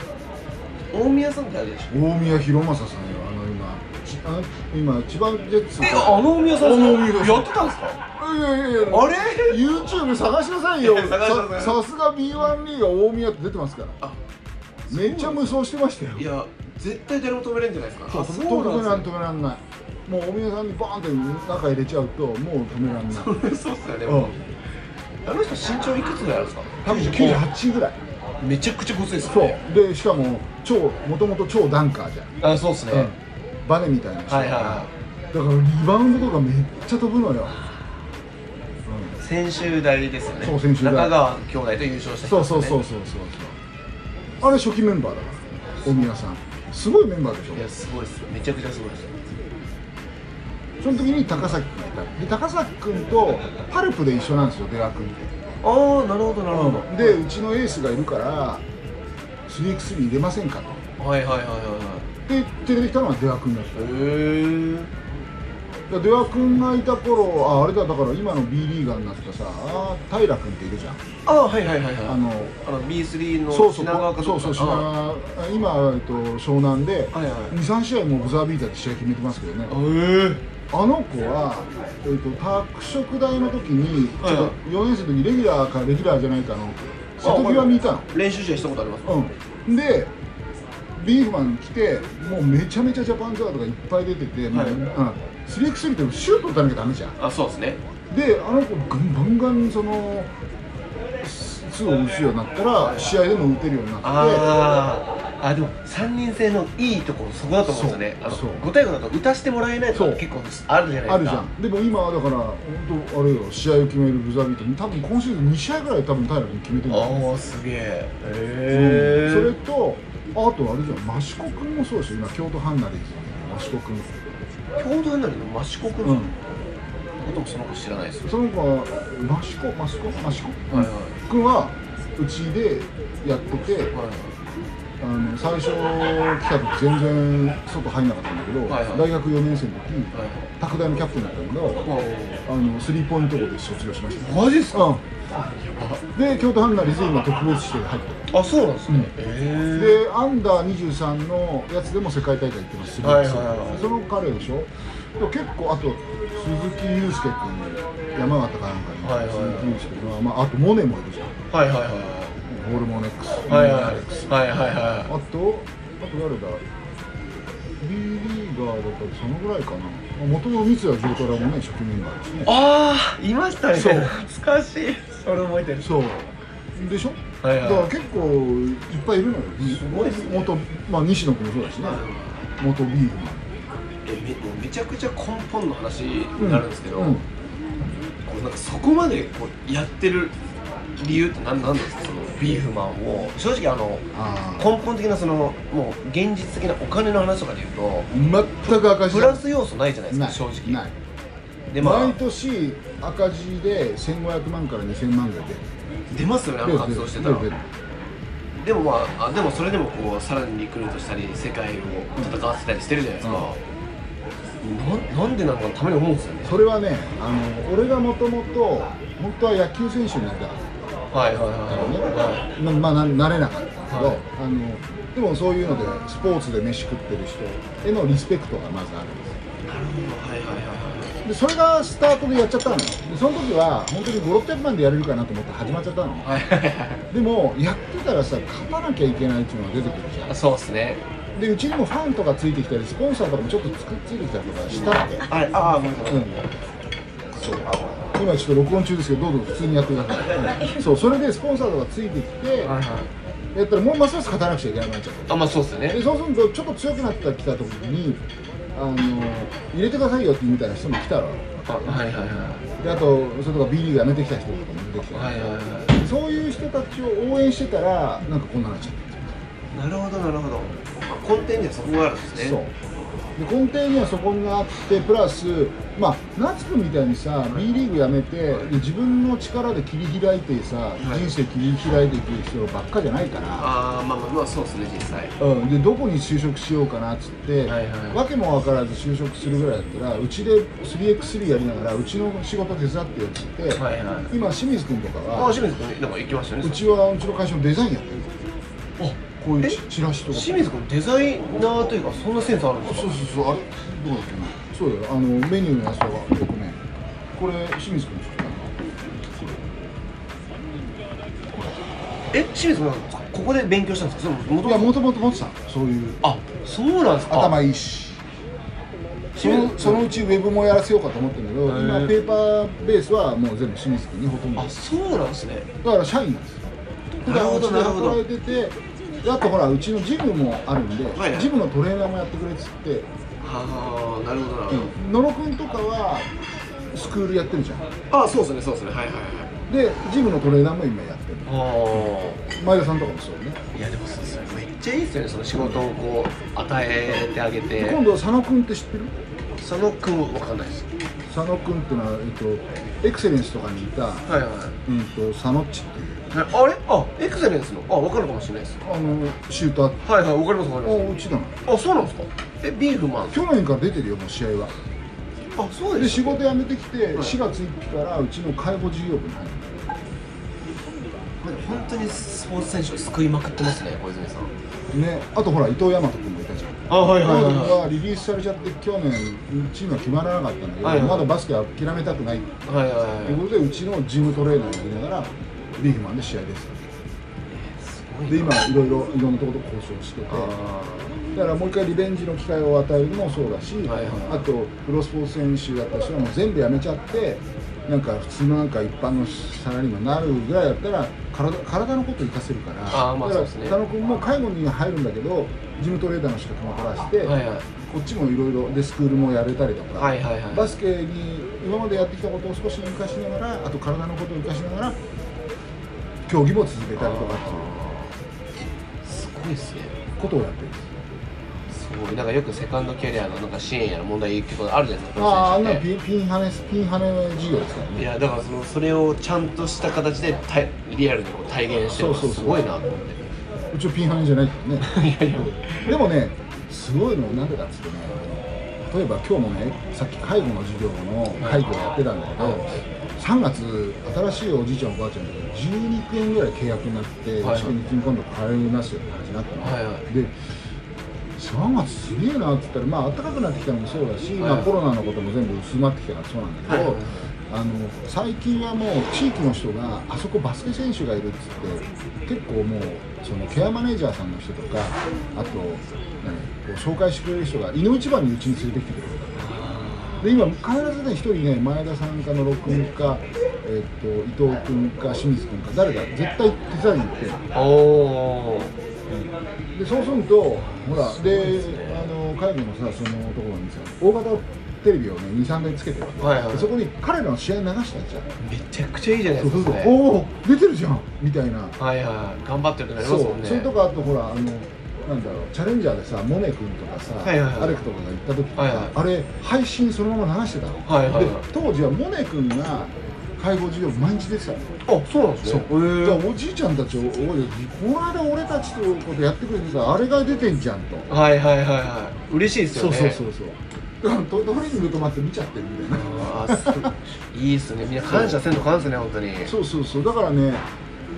大宮さんってあれでしょ
大宮博正さんよあの今ちあの今千葉ジェッツ
えあの大宮さん
あの大宮さん
やってたんですか
いやいやいや
あれ
YouTube 探しなさいよ
いや探してくだ
さ
さい
さすが B1 リーが大宮って出てますから
あ
めっちゃ無双してましたよ
いや絶対誰も止めれんじゃないですかあ
止めらん止めらんないもう大宮さんにバーンって中入れちゃうともう止めらんない
[LAUGHS] そうそうっすよね、
うん
あの人身長いくつぐらいあるんですか
多分98ぐらい
めちゃくちゃごついです
そ
よね
うでしかも超もともと超ダンカーじゃん
あそうですね、
うんバネみたいな人
はいはいは
だからリバウンドとかめっちゃ飛ぶのよ、
専修大ですよね
そう専修大
中川兄弟と優勝した
そ
人
う
です
そ
よ
う
ね
そうそうそうそうあれ初期メンバーだから大宮さんすごいメンバーでし
いや
ょ
すごいっすよめちゃくちゃすごいですよ
その時に高崎君がいたで高崎君とパルプで一緒なんですよ出川君って
ああなるほどなるほど、
でうちのエースがいるから 3x3 入れませんかと
はいはいはいは
で出てきたのは出川君だった
いはいへえ
だから出川君がいた頃ああれだだから今の B リーガーになったさあー平君っているじゃん
ああはいはいはいはい
あの
あの B3 の
そうそう
品川か
そうそう品
あ
川今、えっと、湘南で
はいはい
23試合もうブザービーターで試合決めてますけどね
あえ
あの子は、えっと、拓殖大の時にちょっ
はいは
と
い
4年生の時にレギュラーかレギュラーじゃないかの瀬戸際にいたの
え練習試合したことあります
うんでビーフマン来てもうめちゃめちゃジャパンツアーとかいっぱい出てて、もう
はい
うん、3x3 ってシュート打たなきゃダメじゃん
あそうですね
であの子ガンガンガンそのすすぐ打つようになったら試合でも打てるようになって
あーあでも3人制のいいところそこだと思うんですよねあの
そう
5対5だと打たせてもらえないと
そう
か結構あるじゃないですか
あるじゃんでも今はだから本当あれよ試合を決めるブザービートに多分今シーズン2試合ぐらい多分平君決めてるんだよね
ああすげえ
うんそれ
へえ
とあとあれじゃん益子君もそうですよ今京都ハンナでいい益子君
郷土離れの益子君
う
の
ん
こともその子知らないですよ
その子は益子益子益子
はいはい
君はうちでやってて
はい
あの最初来た時全然外入んなかったんだけど、
はいはい
大学4年生の時
はい
拓大のキャプテンだったんだけど
はい
あのスリーポイント校で卒業しました
マジっすか
うん、で京都ハンナリズムの特別指定で入ってる
あそうなんですねへえ
でアンダー23のやつでも世界大会行ってます
はいはいはい
その彼でしょでも結構あと鈴木雄介君山形かなんかに、
はいはいはい
鈴木雄介君は、まあ、あとモネもいるじゃん
はいはいはい
ホルモネックス、
はいはい
モネックス
はいはいはい
あとあと誰だ B リーガーだったらそのぐらいかなもともと三谷城からもね初期メンバーですね
ああいましたね
そう
懐かしいそれ覚えてる
そうでしょ、
はいはい
だから結構いっぱいいるのよ
すごいですね
元、まあ、西野君もそうだしね元ビーフマ
えめもうめちゃくちゃ根本の話
ン
になるんですけど、
う
こうなんかそこまでこうやってる理由って何なんですかその
ビーフマンを正直あの
ああ
根本的なそのもう現実的なお金の話とかで言うと
全く赤字
プ
だ
ラス要素ないじゃないです
な
か
い
正直
ない
でま
毎
あ
年赤字で1500万から2000万ぐらいで
出ますよねあの活動してたら
出る出る
でもまああでもそれでもこうさらにリクルートしたり世界を戦わせたりしてるじゃないですか、ななんでなのかたまに思うんですよね
それはねあの俺がもともと本当は野球選手になりたかった
はいはいはい
な
は
まあな慣れなかったんだけど、
はい
あのでもそういうのでスポーツで飯食ってる人へのリスペクトがまずあるんです
なるほどはいはいはいはい
でそれがスタートでやっちゃったのよでその時は本当に5600万でやれるかなと思って始まっちゃったの
はいはいはい
でもやってたらさ勝たなきゃいけないっていうのが出てくるじゃ
あそうっすね
んでうちにもファンとかついてきたりスポンサーとかもちょっとつくついてきたりとかしたって
あれああごめんなさい
うんそう今ちょっと録音中ですけどどうぞ普通にやってください、うんそうそれでスポンサーとかついてきて
はいはい
やったらもうますます勝たなくちゃいけなくなっちゃった
あまあそうっすよね
でそうするとちょっと強くなってきた時にあの入れてくださいよってみたいな人も来たら
あはいはいはい
であとそれとか B リーグやめてきた人とかも出てきた、
はいはいは
そういう人たちを応援してたらなんかこんなになっちゃった
なるほどなるほど、まあ、根底にはそこがあるんですね
そうで根底にはそこがあってプラスまあ夏君みたいにさ B リーグやめてで自分の力で切り開いてさ人生切り開いていく人ばっかじゃないから、
ああまあまあまあそうですね実際
うん、でどこに就職しようかなっつって、
はいはい
わけも分からず就職するぐらいだったらうちで 3x3 やりながらうちの仕事手伝ってよっつって、
いはい
今清水君とか
ああ
は
清水君なんか行きましたよね
うちはうちの会社のデザインやってるこういう
え
チチラシとか
清水君デザイナーというかそんなセンスあるんです
そ
か
うそうそうあれどうだっけなそうだよあのメニューのやつとか僕ねこれ清水君ちょっと
え清水君なんかここで勉強したんですかそれも
い
と
や
も
もともと持ってたのそういう
あそうなんですか
頭いいしそ
清水
のそのうちウェブもやらせようかと思ってるけど
へえ
今ペーパーベースはもう全部清水君にほとんど
あそうなんですね
だから社員なんですよ普
なる
段
ほ
うち
ど
で
なるほど
働いててであとほらうちのジムもあるんで、
はいはい
ジムのトレーナーもやってくれっつって
はあなるほどなるほど、
野呂君とかはスクールやってるじゃん
ああそうですねそうですねはいはいはい
でジムのトレーナーも今やってる
あ
前田さんとかもそうね
あいやでもそうですねめっちゃいいですよねその仕事をこう与えてあげて
今度佐野君って知ってる
佐野君わかんないです
佐野君っていうのは、えっと、エクセレンスとかにいた、
はいはい
うん、と佐野っちっていう
あれあエクセレンスのあわかるかもしれないです
あのシューター
はいはいわかりますわかり
あうちだな
ますあそうなんですかえビーフマン
去年から出てるよもう試合は
あそう
で
です
仕事辞めてきて、4月1日からうちの介護事業部に入る
本当にスポーツ選手を救いまくってますね小泉さん
ねあとほら伊藤大和君もいたじゃん
あはいはいはい
がリリースされちゃって去年チームは決まらなかったんだけど、
はいはい
まだバスケは諦めたくないと
はいはい
いうことでうちのジムトレーナーをやりながらリーフマンで試合です
すごい
で今いろいろいろんなところと交渉してて
あ
だからもう一回リベンジの機会を与えるのもそうだし、
はいはい
あとプロスポーツ選手だった人はもう全部やめちゃってなんか普通のなんか一般のサラリーマンになるぐらいだったら体体のことを生かせるから
あーまあ
だから
そうですね
佐野君も介護に入るんだけどジムトレーダーの資格も取らせて、
ーはいはい
こっちもいろいろでスクールもやれたりとか、
はいはいはい
バスケに今までやってきたことを少し生かしながらあと体のことを生かしながら競技も続けたりとかっていう
すごいですね
ことをやってるんです
すごいなんかよくセカンドキャリアのなんか支援やら問題結構あるじゃないですか
あああん
プロ
な
選手って
ピンピンハネスピンハネ授業ですから
い
ね
やだからそのそれをちゃんとした形でたいリアルにこう体現してるのが
そうそう
す
そう
ごいなと思って
うちはピンハネじゃないけどね
いやいや
でもねすごいのはなんでかっつってね例えば今日もねさっき介護の授業の会議をやってたんだけど3月新しいおじいちゃんおばあちゃんで12億円ぐらい契約になって
はいはい
仕組み金今度変えますよって話になったの、
はいは
で3月すげえなって言ったらまあ暖かくなってきたのもそうだし、
はい
まあ、コロナのことも全部薄まってきたからそうなんだけど、
はいはい
あの最近はもう地域の人があそこバスケ選手がいるっつって結構もうそのケアマネージャーさんの人とかあと何こう紹介してくれる人がいの一番にうちに連れてきてくれるで今必ずね一人ね前田さんかの六君か、えっと伊藤君か清水君か誰か絶対手伝いに行って
おー
でそうするとほらであの会議のさそのところにさ大型テレビをね23台つけてるわけ、
はいはい
でそこに彼らの試合流したじゃん
めちゃくちゃいいじゃない
そう
です
す
か
ると、
それ
おお出てるじゃんみたいな
はいはい頑張ってるってなり
そ
ま
う
すもんね
それとかあとほらあのなんだろうチャレンジャーでさモネ君とかさ、
はいはいはい
アレクとかが行った時とか、
はいはい
あれ配信そのまま流してたの、
はいはいはい
で当時はモネ君が介護授業毎日出てたの
あそうなんですねへー
じゃあおじいちゃんたちをおいこの間俺たちのことやってくれてたあれが出てんじゃんと
はいはいはいはい嬉しいです
そ
よ
う
ね
そうそうそう [LAUGHS] だからトトレーニング止まって見ちゃってるみたいな
あーす [LAUGHS] いいっすねみんな感謝せんとかんすね本当に
そうそうそうだからね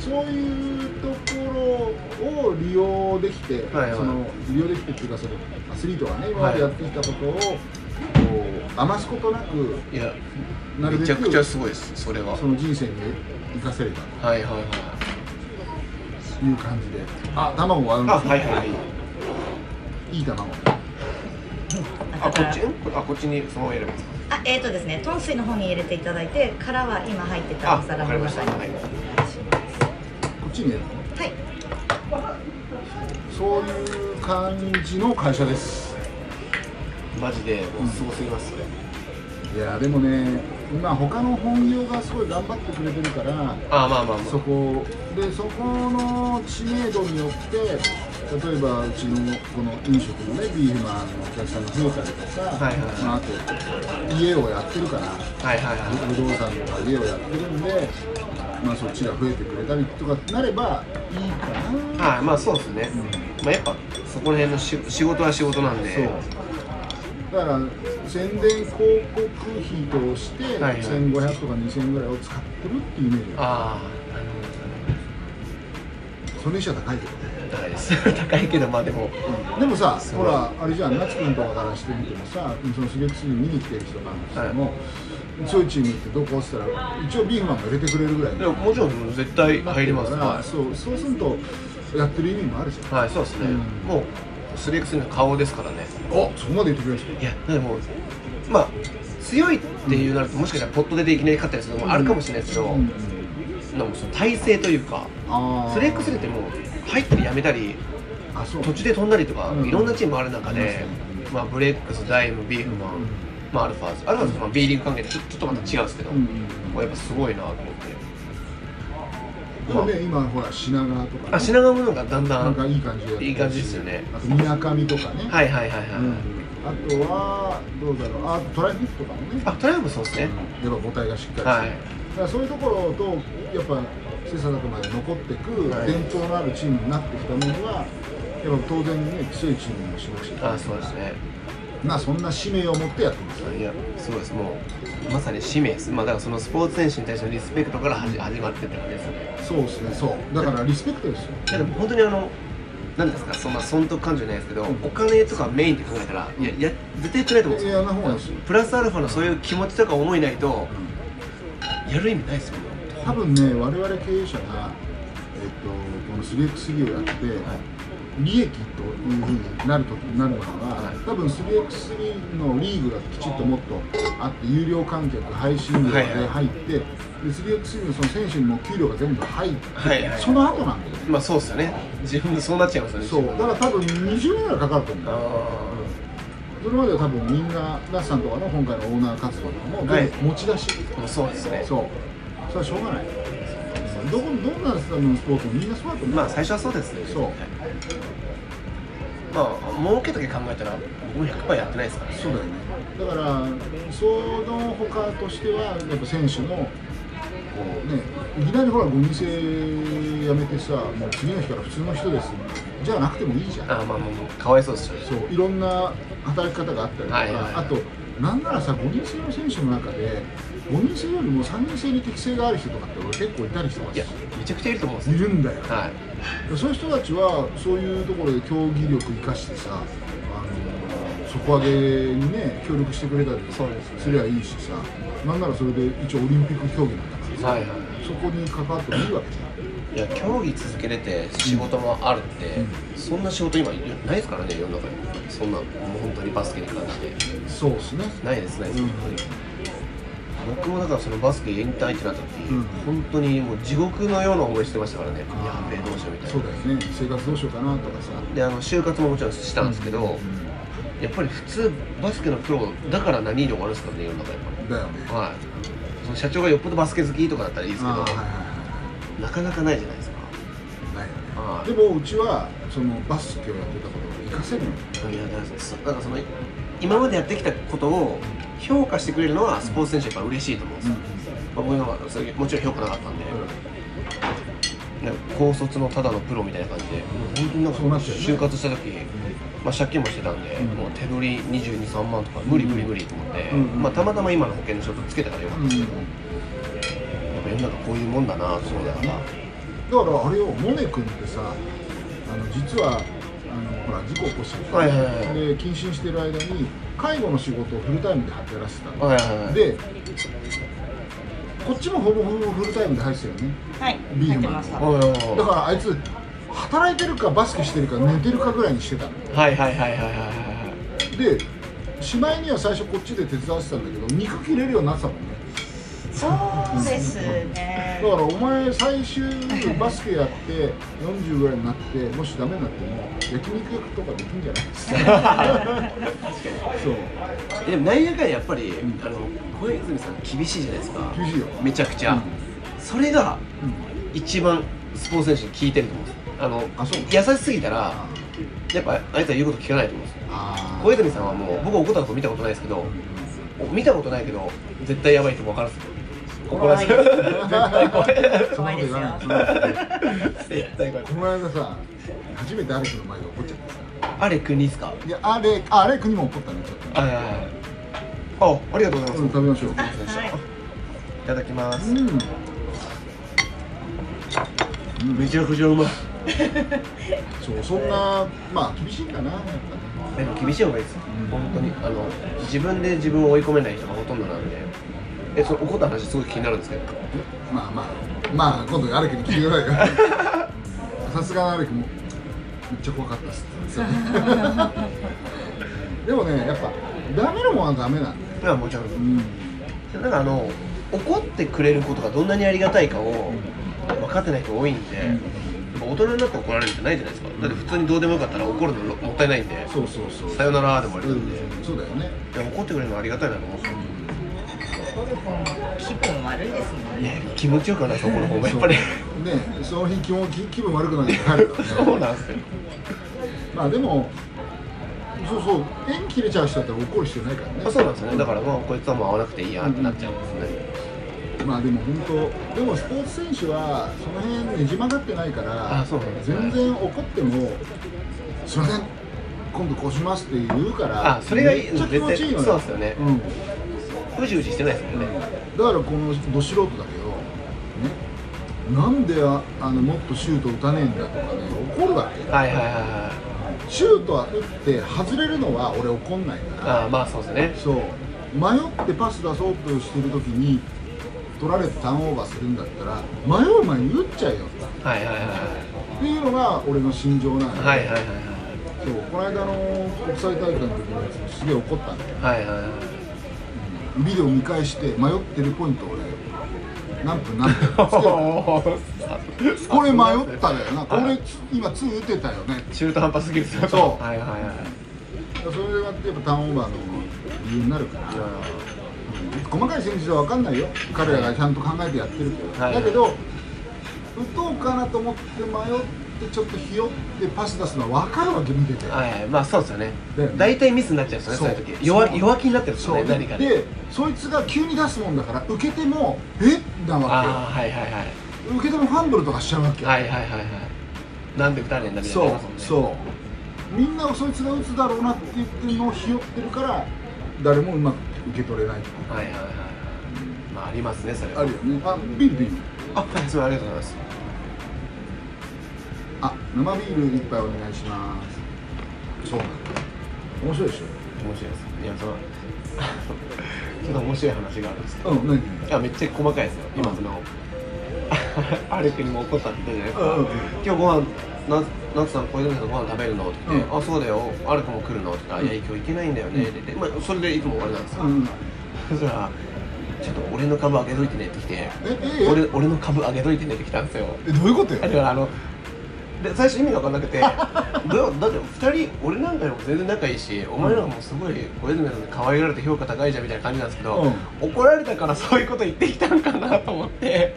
そういうところを利用できて、
はいはい
その利用できてっていうかそのアスリートがね今までやってきたことを、こ余すことなく
いや
なる
め
べ
ちゃくちゃ
く
すごいですそれは
その人生に生かせれたと
はいはいはい
いう感じであ卵はあるんですよ
はいはい
いい卵
あこっちんこれあこっちにそのまま入れるんですか
あ、えーとですね、トンスイの方に入れていただいて、殻は今入ってた
あ
お皿
わ
の
かりまし
中
た
に。
はい
こっちにね
はい、
そういう感じの会社です
マジでもうすごすぎますそれ
いやでもね今他の本業がすごい頑張ってくれてるから
あまあまあま
そこでそこの知名度によって例えばうちのこの飲食のねビーフマンのお客さんが増えたりとか、
いはい
まあ、あと家をやってるから
あはいはいはい
不動産とか家をやってるんで、まあ、そっちが増えてくれたりとかってなればいいかな
はいまあそうですね、まあ、やっぱそこら辺のし仕事は仕事なんで
そうだから宣伝広告費として
はいはい
1500とか2000ぐらいを使ってるっていうイメージが
あ
それにしちゃ高いけどね
あ高いです [LAUGHS] 高いけどまあでも
でもさ、
すご
ほ
い
ら、あれじゃん、夏くんとかからしてみてもさ、その刺激チーム見に来てる人からしても、強いチームってどこって言ったら、一応ビーフマンも入れてくれるぐらい
でももちろん絶対入ります
だからそう、そうすると、やってる意味もあるじゃん。
はい、はい、そうですね、
うん
もう 3X の顔ですからね
おそこまで言ってくれるんです
いやでもまあ強いっていうなると、もしかしたらポットででいきなり勝ったりするのもあるかもしれないですけど、
よ。
でもその体勢というか
あー
3X でってもう入ったりやめたり
あ、そう。
途中で飛んだりとか、
うん
いろんなチームある中
あります
で
ね、
まあ、ブレックス、ダイム、ビーフマン、
うん
まあ、アルファーズ、アルファーズはまあ B リーグ関係でちょちょっとまた違うんですけど、
うん
もうやっぱすごいなと思って、
でもね、今、ほら、品川とか、ね、
あ品川もなんかだんだ
なんか
ん、
いい感じで。
いい感じですよね
あと、みなかみとかね。
はいはいはいはい、
うんあとは、どうだろう、あ、トライフットとかもね。
あトライアンプそうですね、
やっぱ母体がしっかりしてる、
はい
だからそういうところとやっぱ切磋琢磨で残っていく
はい
伝統のあるチームになってきたものはやっぱ当然ね強いチームにもしました
あそうですね、
まあそんな使命を持ってやってます
いや、そうです、もう、まさに使命です、まあ、だからそのスポーツ選手に対してのリスペクトから始始まってって感じですよね、
そうですねそうだからリスペクトですよ
いやでも本当にあの、なんですか、そんな損得感情じゃないですけど、お金とかメインって考えたら、いや、いや絶対やってないと思うんですよ
いやな方がいいですよ
プラスアルファのそういう気持ちとか思いないと、やる意味ないですもんね
多分ね我々経営者が、えっと、この 3x3 をやって、利益というふうになるとなるのは、
はい
多分 3x3 のリーグがきちっともっとあって有料観客配信料で
はいはい
入って、で 3x3 のその選手にも給料が全部入って、
はいはいはい
その後なんだよね、
まあそうですよね自分でそうなっちゃいますよね
そう
自
だ
分
から多分20年ぐらいかかると思うんだよ
あ
それまでは多分みんなラスさんとかの今回のオーナー活動とかも全部持ち出し、
ーもうそうですね
そうそれはしょうがないどこどんなスポーツもみんなそうだと思う、
まあ最初はそうですね
そう
はいまあ儲けだけ考えたら僕も100%やってないですからね
そうだよねだからその他としてはやっぱ選手のこうねいきなりほらゴミ捨て辞めてさもう次の日から普通の人ですじゃなくてもいいじゃん
あーまあまあまあかわいそうですよね
そういろんな働き方があったりとか、
はいはいはい
あとなんならさ5人制の選手の中で5人制よりも3人制に適性がある人とかって俺結構いたりとか
いやめちゃくちゃいると思うんです
い
よ
るんだよ
はい
そういう人たちはそういうところで競技力生かしてさあの底上げにね協力してくれたり
そうですね
すりゃいいしさなんならそれで一応オリンピック競技なんだから
はいはい
そこに関わってもいいわけじゃん
いや競技続けれて仕事もあるって、そんな仕事今ないですからね世の中にそんなもう本当にバスケに関して
そうですね
ないですないです、
うん
本当に僕もだからそのバスケ引退ってなった時、
うん
本当にもう地獄のような思いしてましたからね、や
あ
べえ
ー
どうしようみたいな
そうだよね生活どうしようかなとかさ
であの就活ももちろんしたんですけど、やっぱり普通バスケのプロだから何色があるんですからね世の中やっ
だよね
ぱりはいその社長がよっぽどバスケ好きとかだったらいいですけど、
あーはいはいはい
なかなかないじゃないですか
ないよね
はい
でもうちはそのバスケをやってたことを活かせるの
いやだからそだからその今までやってきたことを評価してくれるのはスポーツ選手やっぱ嬉しいと思うんですよ、まあ僕の方がそれもちろん評価なかったんで、なんか高卒のただのプロみたいな感じで、もう本当になんか
そうなっちゃうよね
就活した時、まあ、借金もしてたんで、もう手取り22、3万とか、無理無理無理と思って、
うんうん
まあ、たまたま今の保険の仕事つけたからよかったんですけど、やっぱ世の中こういうもんだなと思いながら、
だからあれよモネ君ってさあの実はあのほら事故起こしてるでしょ、
はいはいはい
で謹慎してる間に介護の仕事をフルタイムで働いてたの、
はいはいはい
でこっちもほぼほぼフルタイムで入ってたよね
はい
ビー
入
フ
って
マン
ました
はいはい
だからあいつ働いてるかバスケしてるか寝てるかぐらいにしてたの
はいはいはいはいはいはいはい
でしまいには最初こっちで手伝わせてたんだけど肉切れるようになってたもんね
そうですね
[LAUGHS]
だからお前最終バスケやって40ぐらいになってもしダメになっても焼肉とかできんじゃないですかそう
えでもなんやかんややっぱり、あの小泉さん厳しいじゃないですか
厳しいよ
めちゃくちゃ、それが
う
一番スポーツ選手に効いてると思うんですよあの
あそう
優しすぎたらやっぱあいつは言うこと聞かないと思うんですよ
あ
小泉さんはもう僕怒ったこと見たことないですけど見たことないけど絶対やばいって分か [LAUGHS] るんですよ怒らせる絶対怖い
そんなこと言わないそんなこと言わない
絶対怖い
この間さ初めてアレクの前で怒っちゃってさ
あれ国ですか
いやアレあアレクにも怒ったねちょっ
はいはいはいあありがとうござい
と、
ます、
うん、食べましょう
はい
いただきます
う
めちゃくちゃうまい
んそうそんなまあ厳しいかなやっぱね
でも厳しい方がいいですよ
うん
本当にあの自分で自分を追い込めない人がほとんどなんでえその怒った話すごい気になるんですけど
まあまあまあ今度アレクに聞いてく
[LAUGHS]
ださいよさすがのアレクもめっちゃ怖かったっすっ
[LAUGHS]
て言ってたでもねやっぱダメなもんはダメなんだよ、
まあもちろん
うん、
だからあの怒ってくれることがどんなにありがたいかを分かってない人多いんで、やっぱ大人になって怒られるんじゃないじゃないですかだって普通にどうでもよかったら怒るのもったいないんで
そうそうそう
さよならでもあれなんで、
うんそうだよね
いや怒ってくれるのはありがたいなと思うんですよ
ゴルフも気分悪いですもん
い
ね
や気持ちよくはないです怒る [LAUGHS] 方がやっぱり
ねその日気分気気分悪くなって帰るからね
そうなんですよ
まあでもそうそう縁切れちゃう人だったら怒る必要ないからね
まあそうなんですよねだからまあこいつはもう会わなくていいやってなっちゃうんですね、
まあでも本当でもスポーツ選手はその辺ねじ曲がってないから
あそうなんですね
全然怒っても「すいません今度こうします」って言うから
あそれがいい
めっちゃ気持ちいいよね
絶対そうですよね
ん
うじうじしてないですもんね、
だからこのど素人だけどねなんでああのもっとシュート打たねえんだとかね怒るわけ
はいはいはいはい
シュートは打って外れるのは俺怒んないから
ああまあそうですね
そう迷ってパス出そうとしてる時に取られてターンオーバーするんだったら迷う前に打っちゃえよ
はいはいはい
っていうのが俺の心情なんで、
はいはいはい
そうこの間の国際大会の時のやつもすげえ怒ったんだよ
はいはいはいはい
ビデオ見返して迷ってるポイント俺何分何分つけ
[LAUGHS]
ろ
おー
これ迷っただよなこれつ今2打てたよね
[LAUGHS] 中途半端すぎるですよ
そう
はいはいはい
それがやっぱターンオーバーの理由になるから、細かい戦術は分かんないよ彼らがちゃんと考えてやってるけど、
はい
だけど打とうかなと思って迷ってちょっとひよってパス出すのは分かるわけ見てて、
はいはいまあそうですよね
だよね
大体ミスになっちゃうんですよねそういう時弱
そう
弱気になってるんです
そ
よ
う
ね何かで
でそいつが急に出すもんだから受けてもえっなわ
ああはいはいはい
けよ受けてもファンブルとかしちゃうわけよ、
はいはいはいはいなんで打たれんだみたい
そ
に
う
なりますもんね
そうみんなそいつが打つだろうなって言ってるのをひよってるから誰もうまく受け取れない
はいはいはいはいまあありますねそれは
あるよねあビールでいい
あはいすみませんありがとうございます
あ生ビール一杯お願いしますそうなんだ面白いでし
面白いですいやその [LAUGHS] ちょっと面白い話があるんですけど
ょうん何
いやめっちゃ細かいですよ今その [LAUGHS] ある国も怒ったって言ったじゃないですか今日ご飯な夏さん小泉さんご飯食べるのって言って「
う
あそうだよある君も来るの」って言ったら「いや今日行けないんだよね」って言って、まあ、それでいつも終わりなんですよ、
[LAUGHS] うん
そしたら「ちょっと俺の株上げといてね」って来て
え
「俺
え
俺の株上げといてね」って来たんですよ
えどういうことよ
だからあので最初意味が分かんな [LAUGHS] くてどうだって2人俺なんかよりも全然仲いいしお前らもすごい小泉さんに可愛がられて評価高いじゃんみたいな感じなんですけど、怒られたからそういうこと言ってきたんかなと思って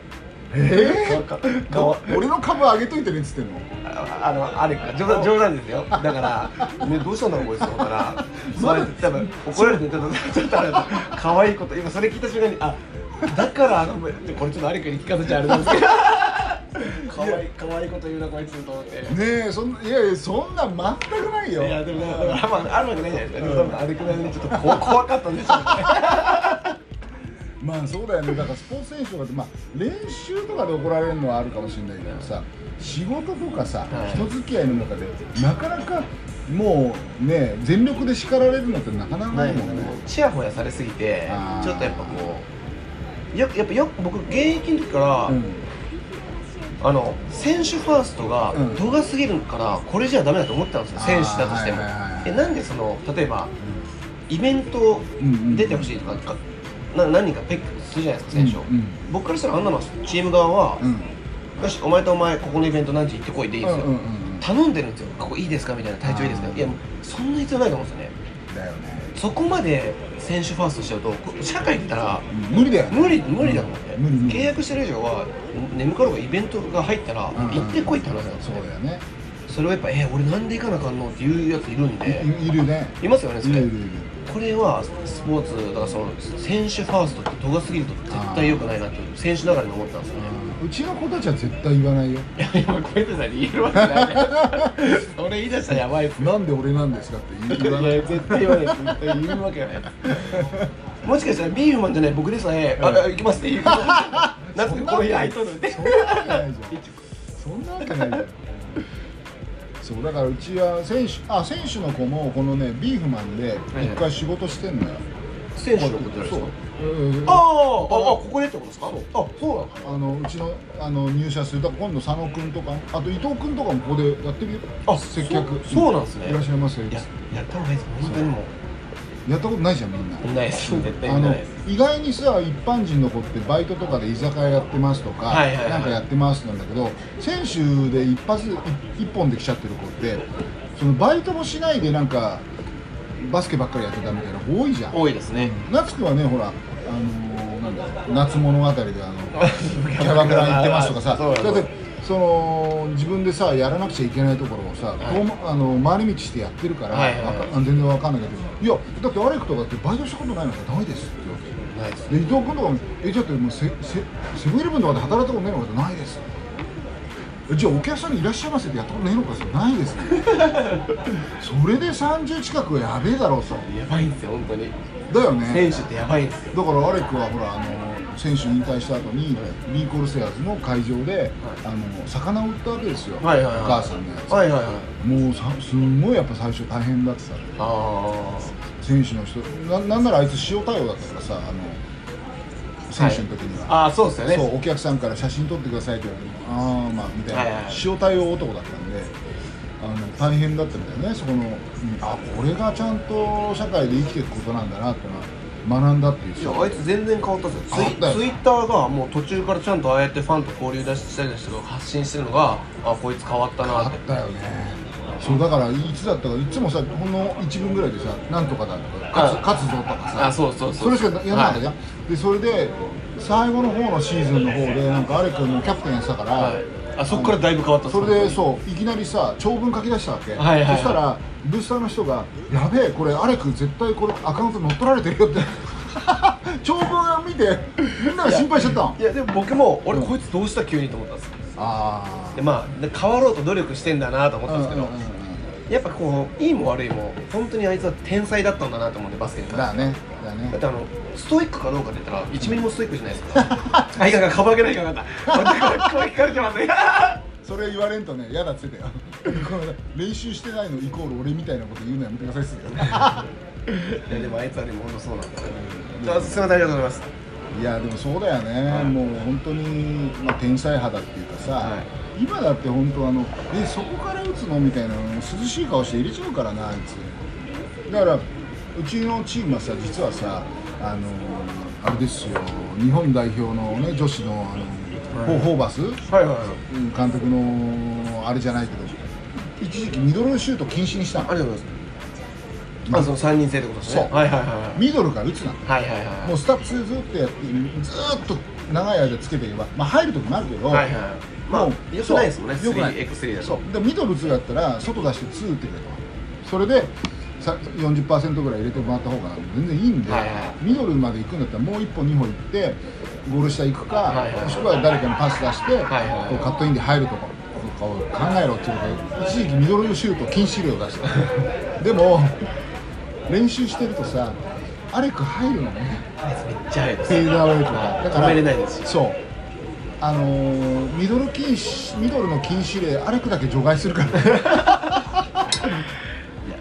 え
か
ーか俺の株上げといてねっつってんの
ああのあれか冗談冗談ですよだから、ね、どうしたんだろうこいつだからそれ多分怒られてちょっとちょっとあれだ可愛いこと今それ聞いた瞬間にあだからあのこれちょっとあれかに聞かせちゃあれなんですけど [LAUGHS] 可愛い可愛いこと言うなこいつと思って。
ねえそんないやいやそんな全くないよ
いやでもだからまああるわけないじゃないですか。でも多分あれくらいでちょっとこわ怖かったんでしょうね。
まあそうだよねだからスポーツ選手とかって、まあ、練習とかで怒られるのはあるかもしれないけどさ仕事とかさ、
はい
人付き合いの中でなかなかもうね全力で叱られるのってなか [LAUGHS] なかないもんね、
ちやほやされすぎて
あー
ちょっとやっぱこうよやっぱよ僕現役の時から、
うん
あの選手ファーストが
うん
度が過ぎるからこれじゃダメだと思ってたんですよ選手だとして
あーはいはい
も
はい
えなんでその例えばイベント
うんうん
出てほしいとかかな何人かペックするじゃないですか選手を、
うんうん
僕からしたらあんなのチーム側は、
うん
よしお前とお前ここのイベント何時行ってこいでいいですよ、
うんうんうん
頼んでるんですよここいいですかみたいな体調いいですか
あー
いやもうそんな必要ないと思うんですよね
だよね、
そこまで選手ファーストしちゃうとこ社会にいたら
うん無理だよね
無理無理だもんね、
無理無理
契約してる以上は眠かろうがイベントが入ったら
うんうん
行ってこいって話なんです
そ
よ
う
ね、
だよね
それをやっぱ「え俺なんで行かなあかんの?」っていうやついるんで
いいるね
いますよねそ
いる
れ
いるいる
これはスポーツだからその選手ファーストって度が過ぎると絶対良くないなって選手ながらに思ったんですよね
うちの子たちは絶対言わないよ
いやいやこれでさ言えるわけない
[LAUGHS]
それ言い出したらやばいっす
なんで俺なんですかって言う
い
言わ
や
ない
いや絶対言わないです絶対言うわけがないですもしかしたらビーフマンじゃない僕でさえ、ああ行きます [LAUGHS] って言うかもしれないなんかこういう相手なんで
そんなわけないじ
[LAUGHS]
ゃんそんなわけないじゃんそうだからうちは選手あ選手の子もこのねビーフマンで
はい
一回仕事してんのよ、
選手のことです
そう
か
うん
あああここでってことですかあそうなの
あのうちのあの入社するだから今度佐野君とかあと伊藤君とかもここでやってるよ
あ
接客
そうそうなんですね
いらっしゃいますよ
いややった方がいいです本当にも
やったことないじゃんみんな
うないです絶対
あ
な
の
いです
意外にさ一般人の子ってバイトとかで居酒屋やってますとか、
はいはいはい
なんかやってますなんだけど選手で一発一一本で来ちゃってる子ってそのバイトもしないでなんかバスケばっかりやってたみたいな子多いじゃん
多いですね
夏くはねほらあのーなんだ夏物語であの
[LAUGHS]
キャバクラ行ってますとかさ
そう
だってその自分でさやらなくちゃいけないところをさ、遠まあの回り道してやってるから、
はいはいはい
わか全然わかんないけどいやだってアレクとかってバイトしたことないのかないですって言われて
ないです
で伊藤君とかも「えちょっともうセセセブンイレブンとかで働いたことないのか?」ないです」えじゃあお客さんにいらっしゃいませってやったことないのか?」それない
[LAUGHS]
です」それで30近くはやべえだろうと
やばいんですよ本当に
だよね
選手ってやばいんです
だ
よ
からアレックはほらあの選手引退した後にビーコルセアーズの会場で、あの魚を売ったわけですよ、
はいはいはい
お母さんのやつ、
はいはいはい
もうさすんごいやっぱ最初大変だってさ
あ
選手の人ななんならあいつ塩対応だったからさあの選手の時には、
あああそうですよね
そうお客さんから写真撮ってくださいって言われてああまあみたいな、
はいはいはい
塩対応男だったんであの大変だったみたいなねそこの、うんあこれがちゃんと社会で生きていくことなんだなってのは学んだっていう
いやあいつ全然変わったんですよツ
変
イ
わったよ
ツイッターがもう途中からちゃんとああやってファンと交流出したりして発信してるのがあこいつ変わったな
あ
っ
ってたよねそうだからいつだったかいつもさほんの1分ぐらいでさ「なんとかだ」とか「勝つ勝つぞ」とかさ
あそうそうそう
それしかやらなかったじゃん、でそれで最後の方のシーズンの方でなんかアレ君もキャプテンやってたから、
はい、あそこからだいぶ変わったっす
それでそういきなりさ長文書き出したわけ、
はいはいはい
そしたらブースターの人が「やべえこれアレク絶対これアカウント乗っ取られてるよ」って長文を見てみんなが心配しちゃったの
いやでも僕も俺こいつどうした急にと思ったんですよ
あ
でまあで変わろうと努力してんだなと思っ
あ
たんですけど、やっぱこういいも悪いも本当にあいつは天才だったんだなと思ってバスケに関して
だねだね
だってあのストイックかどうかって言ったら1ミリもストイックじゃないです [LAUGHS] かあいかがかばけないかがったこれ聞かれてますね
それ言われんとね嫌だっつってたよこの練習してないのイコール俺みたいなこと言うのやめてくださいっすよ
いやでもあいつはでも本当そうなんだじゃあすいませんありがとうございます
いやでもそうだよね、もう本当に、まあ、天才肌っていうかさ、
は
今だって本当あのえそこから打つのみたいなの涼しい顔して入れちゃうからなあいつだからうちのチームはさ実はさあのあれですよ日本代表のね女子のあの、ホーホーバス、
はいはいはい
うん監督のあれじゃないけど一時期ミドルシュート禁止にしたの
ありがとうございますあその3人制ってことですね
そう
はいはいはいはい
ミドルから打つな
はいはいはい
もうスタッフずっとやってずーっと長い間つけていけば、まあ、入るときもあるけど、
はいはいま
も
あよくないですもんね
そうよくない
3x3 だと
そうでミドル2だったら外出して2打ってくれとそれでさ40%ぐらい入れてもらった方が全然いいんで、
はいは
ミドルまで行くんだったらもう一歩二歩行ってゴール下行くか、
はいはい
もしくは誰かにパス出して、
はいはい
こうカットインで入るとかとかを考えろっていうことで一時期ミドルシュート禁止令を出した
[LAUGHS]
でも練習してるとさアレク入るのね
めっちゃ早いです
フェードアウェイとかだから
止めれないですし
そうあのーミドル禁止ミドルの禁止令歩くだけ除外するから
[LAUGHS]
ね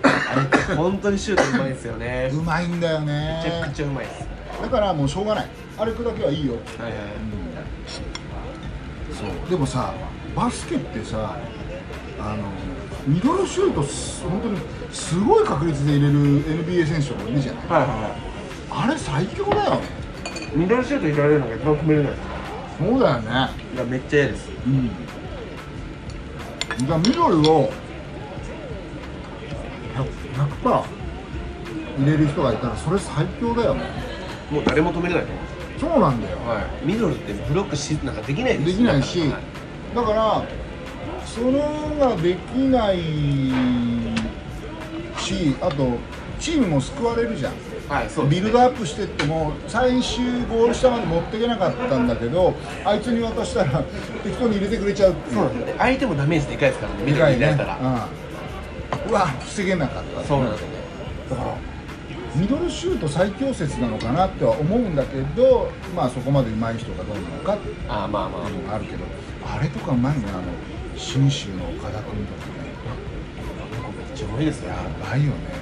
あれ本当にシュートうまいですよね
うまいんだよ
めちゃく
ね
ちゃうまいです
だからもうしょうがない歩くだけはいいよ
はいはい
そうでもさバスケってさあのミドルシュートす本当にすごい確率で入れる NBA 選手もいるじゃない
はいは
あれ最強だよね
いミドルシュート入れられるのが一番決めれないです
そうだよね
いやめっちゃ嫌です
うんじゃあミドルを100 100%入れる人がいたらそれ最強だよね
もう誰も止めれないと思
そうなんだよ
うミドルってブロックしなんかできないです
できないし
は
だからそれができないしあとチームも救われるじゃん
はいそうで
ビ
すね
ルドアップしてっても最終ゴール下まで持っていけなかったんだけどあいつに渡したら適当に入れてくれちゃうってい
そうなんですよね相手もダメージでかいですからねミドルに入れられたら
うん、うわ防げなかった
そうなんですよね
だからミドルシュート最強説なのかなっては思うんだけどまあそこまで上手い人がどうなのかって
ああまあまあ
あるけどあれとかうまいねあの信州の岡田君とかね
めっちゃうまいですね
やばいよね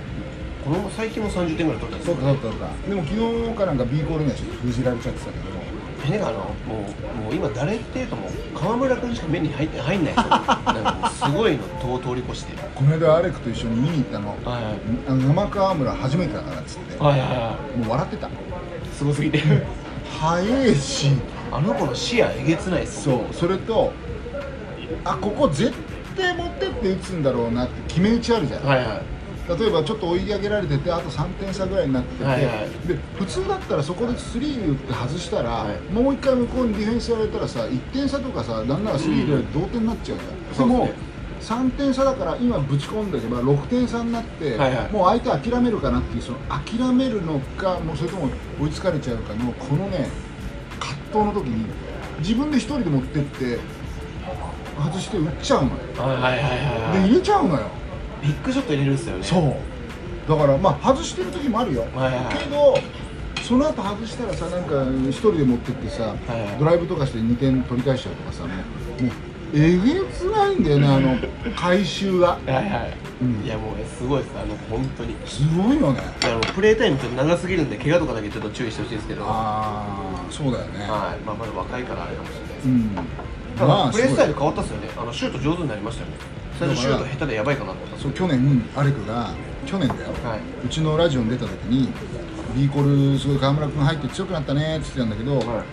この最近も30点ぐらい取ったんです
そう
よ
かそうかそうかでも昨日かなんか B コールにはちょっと封じられちゃってたけど
ねあのもうもう今誰っていうかもう川村君しか目に入って入んない [LAUGHS] ですよなんかもうすごいのと通り越して
この間アレクと一緒に見に行ったの
はいはい
あの生川村初めてだからっつっても
はいはいは
う笑ってた
いすごすぎて
早いし
[LAUGHS] あの子の視野えげつないっすもん
そうそれとあここ絶対持ってって打つんだろうなって決め打ちあるじゃん
はいはい
例えばちょっと追い上げられててあと3点差ぐらいになってて、
はいはい
で普通だったらそこでスリー打って外したら、
はい
もう一回向こうにディフェンスやられたらさ1点差とかさなんならスリーで同点になっちゃうじゃん、
そう
でも
ですね
3点差だから今ぶち込んでけば6点差になって、
はいはい
もう相手諦めるかなっていうその諦めるのかもうそれとも追いつかれちゃうかのこのね葛藤の時に自分で1人で持ってって外して打っちゃうのよ
はいはいはい
で
はい
入れちゃうのよ
ビッグショット入れるんですよね
そうだからまあ外してる時もあるよ、
はいはい
けどその後外したらさなんか一人で持ってってさ、
いはい
ドライブとかして2点取り返しちゃうとかさもうもうえげつないんだよねあの回収が
はいはい、
うん
いやもうすごいですあの本当にい
すごいよね
やもうプレータイムちょっと長すぎるんで怪我とかだけちょっと注意してほしいですけどはい
ああそうだよね、
まあまだ若いからあれかもしれないです
うん
ただプレースタイル
す
変わったっすよねあのシュート上手になりましたよね最初シュート下手でやばいかなと思った
ごい
んです
そう
け
去年アレクが去年だよ、
どはいう
ちのラジオに出た時に B コールすごい河村君入って強くなったねって言ってたんだけど、
はい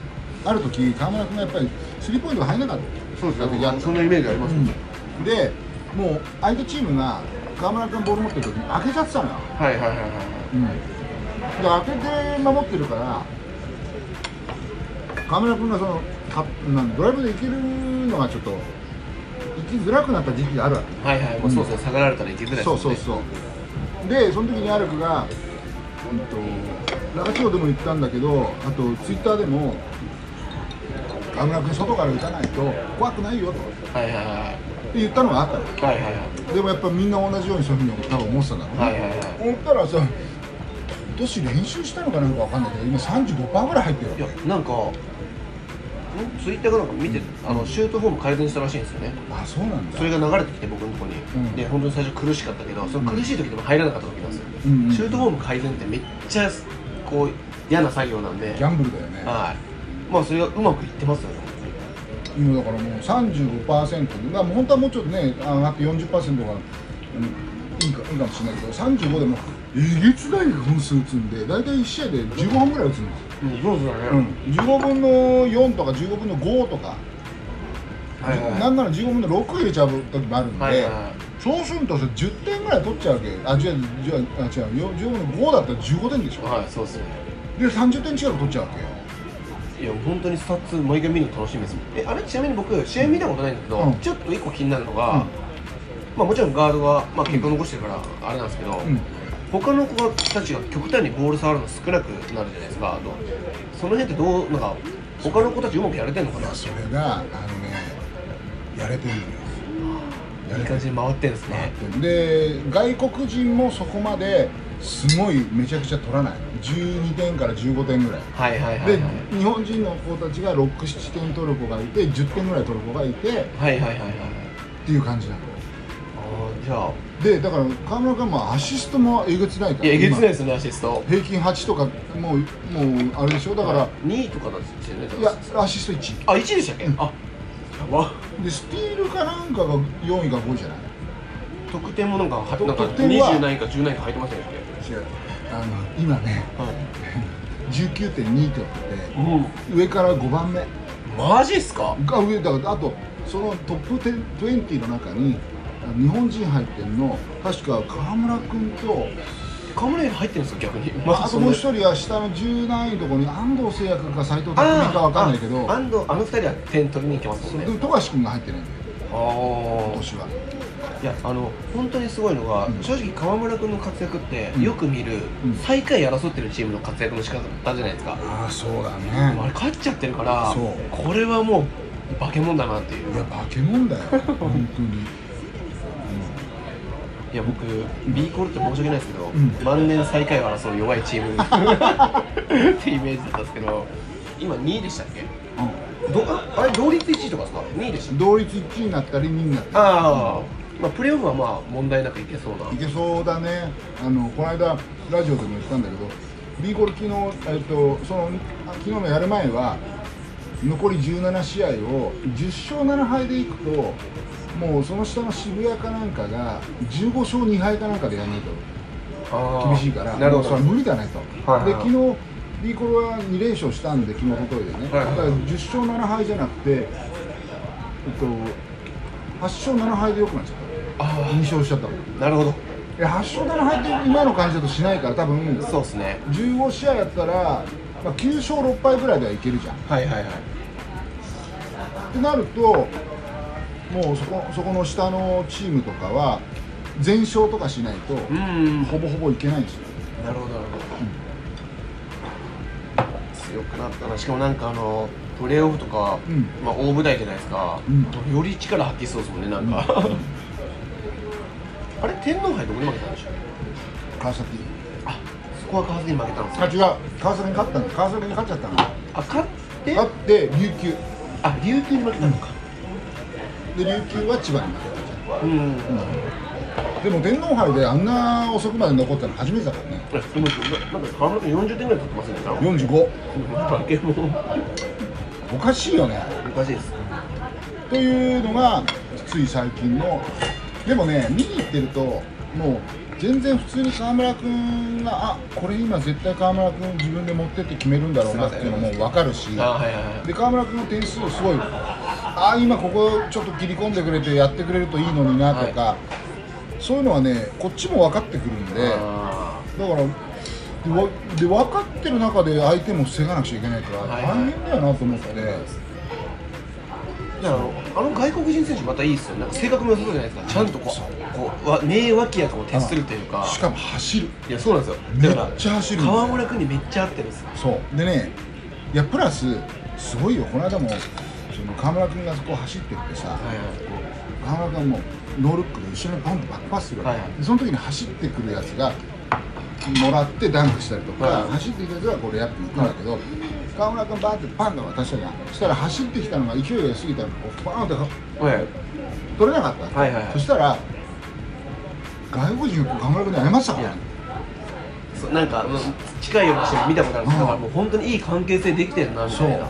ある時河村君がやっぱりスリーポイントが入らなかった
そうです
だって
ね
やっ
そんなイメージありますね
うんでもう相手チームが河村君がボール持ってる時に開けちゃってたのよ、
はいはいはいはいはい
で開けて守ってるから河村君がそのカなんドライブで行けるのがちょっと行きづらくなった時期があるわけ
はいはい、もうそうですね、下がられたらいけづらいです
そ
もん
う
ね
そうそうでその時にアルクが、うん、とラジオでも言ったんだけどあとツイッターでも「河村君外から打たないと怖くないよ」とって
はいはいはいはい
言ったのがあったの
はいはい
でもやっぱみんな同じようにそういうふうに多分思ってたんだろうね、
はいはいはいは
思ったらさ今年練習したのかなんかわかんないけど今35%ぐらい入ってる
いいやなんかんツイッターかなんか見て、あのシュートフォーム改善したらしいんですよね
あそうなんだ
それが流れてきて僕のところに、
うん
で本当に最初苦しかったけどその苦しい時でも入らなかった時なんですよ、
うんうん
シュートフォーム改善ってめっちゃこう嫌な作業なんで
ギャンブルだよね
はいまあそれがうまくいってますよね
今だからもう35%で、まあ、もう本当はもうちょっとねあ上がって40%が、うん、いいかいいかもしれないけど35でもえげつない本数打つんで大体1試合で15本ぐらい打つんですよ、
うん上手だね
うん、15分の4とか15分の5とか、
はいはい
なんなら15分の6入れちゃう時もあるんで、
はいは
そうするとさ10点ぐらい取っちゃうわけあ違う違うあ違うよ15分の5だったら15点でし
い
ょ
はいそうですね
で30点近く取っちゃうわけよ
いや本当にスタッツ毎回見るの楽しみですもんえあれちなみに僕試合見たことないんだけど、
うん
ちょっと一個気になるのが、
うん
まあもちろんガードが、まあ、結果残してるからあれなんですけど、
ん
他の子たちが極端にボール触るの少なくなるじゃないですかどうその辺ってどうなんか他の子たちうまくやれてんのかなって
それがあのねやれてるのよや
いい
れてる
感じに回ってんですね
で外国人もそこまですごいめちゃくちゃ取らない12点から15点ぐらい
はいはいはい
で
はい
日本人の子たちが67点取る子がいて10点ぐらい取る子がいてっ
はいはいはいはい
ていう感じなの
あーじゃあ
でだから河村君もアシストもえげつないか
い
ら
やえげつ
今
ないですよねアシスト
平均8とかもうもうあれでしょだから
2位とかなんですよね
いやアシスト1
あ1位でしたっけ、あやば
でスティールかなんかが4位か5位じゃない
得点もなんかはなんか
得点は
20何位か10何位か入ってませんでしたっ
違うあの今ね
け、はい
19.2点取
う
って上から5番目
ん、マジっすか
が上だからあとそのトップ10 20の中に日本人入ってんの確か河村君と、
カムレ入ってるんですか逆に、
まあ、あともう
人
一人は下の10何位のとこに安藤聖也君か斎藤拓海かわかんないけど
あ安藤あの二人は点取りに行きます
そ
もん
れ
ね
でも富樫君が入ってないんだよ
あ
今
あ
年はい
やあの本当にすごいのが、
うん
正直河村君の活躍って、
うん
よく見る、
うん
最下位争ってるチームの活躍の仕方だじゃないですか、
ああそうだね
でもあれ勝っちゃってるから
そう
これはもう化け物だなっていう
いや化け物だよ本当に
いや僕 B コールって申し訳ないですけど、
ん
万年最下位を争う弱いチーム [LAUGHS] ってイメージだったんですけど今2位でしたっけどああれ同率1位とかですか2位でした
うん同率1位になったり2位になった
ああ、まあプレーオフはまあ問題なくいけそうな
りいけそうだねあのこの間ラジオでも言ったんだけど B ゴール昨日、えっと、そのあ昨日のやる前は残り17試合を10勝7敗でいくともうその下の渋谷かなんかが15勝2敗かなんかでやらないと
あー
厳しいから
なるほ
もうそれ
ど
は無理だねと、
はいは
で
い
昨日ビーコロは2連勝したんで昨日おとといでね、
はいはい
だから10勝7敗じゃなくて、えっと、8勝7敗でよくなっちゃった2
あ
勝しちゃったもん
あなるほど
8勝7敗って今の感じだとしないから多分
そうですね
15試合やったら、まあ、9勝6敗ぐらいではいけるじゃん
はいはいはい
ってなるともうそこそこの下のチームとかは全勝とかしないと
うん
ほぼほぼいけないんですよ
なるほどなるほど、強くなったなしかもなんかあのプレーオフとか、
うん
まあ、大舞台じゃないですか、
う
より力発揮しそうですもんねなんか、 [LAUGHS] あれ天皇杯どこに負けたんでしょう
川崎
あそこは川崎に負けたんです
あ
よ
違う川崎に勝ったんだ川崎に勝っちゃったんだ
あ勝って
勝って琉球
あ琉球に負けたのか
で琉球は千葉に負けたじ
うん、うん、
ゃんでも天皇杯であんな遅くまで残ったの初めてだからね
でもなんか河村君40点ぐらい取ってますよね [LAUGHS] 多分
45
負けも
おかしいよね
おかしいです
というのがつい最近のでもね見に行ってるともう全然普通に河村君があこれ今絶対河村君自分で持ってって決めるんだろうなっていうのも分かるし
あはいはいはい
で河村君の点数をすごいああ今ここちょっと切り込んでくれてやってくれるといいのになとか、そういうのはねこっちも分かってくるんでだか
あ
らでわで分かってる中で相手も防がなくちゃいけないから
はいはい
大変だよなと思って、
ーじゃああのあの外国人選手またいいですよねなんか性格も良さそうじゃないですかちゃんとこうこうわ名脇役を徹するというか
しかも走る
いやそうなんですよだから
めっちゃ走るんだよ
川村君にめっちゃ合ってるんですよ
そうでねいやプラスすごいよこの間もその河村君がそこ走ってってさ、
はいはい
河村君もノールックで後ろにポンとバックパスするわけ、
はいはい
でその時に走ってくるやつがもらってダンクしたりとか、
はい
走ってきたやつがこれやっていくんだけど、河村君バーってパンと渡したじゃんそしたら走ってきたのが勢いが過ぎたのがこうバーンって
はい
取れなかった、
はいはいはい
そしたら外国人が河村君に謝ってたからね
そうなんか、うん近いような人も見たことあるんです
う
よ
ん
だからもう本当にいい関係性できてるなみ
そ
た
う
いな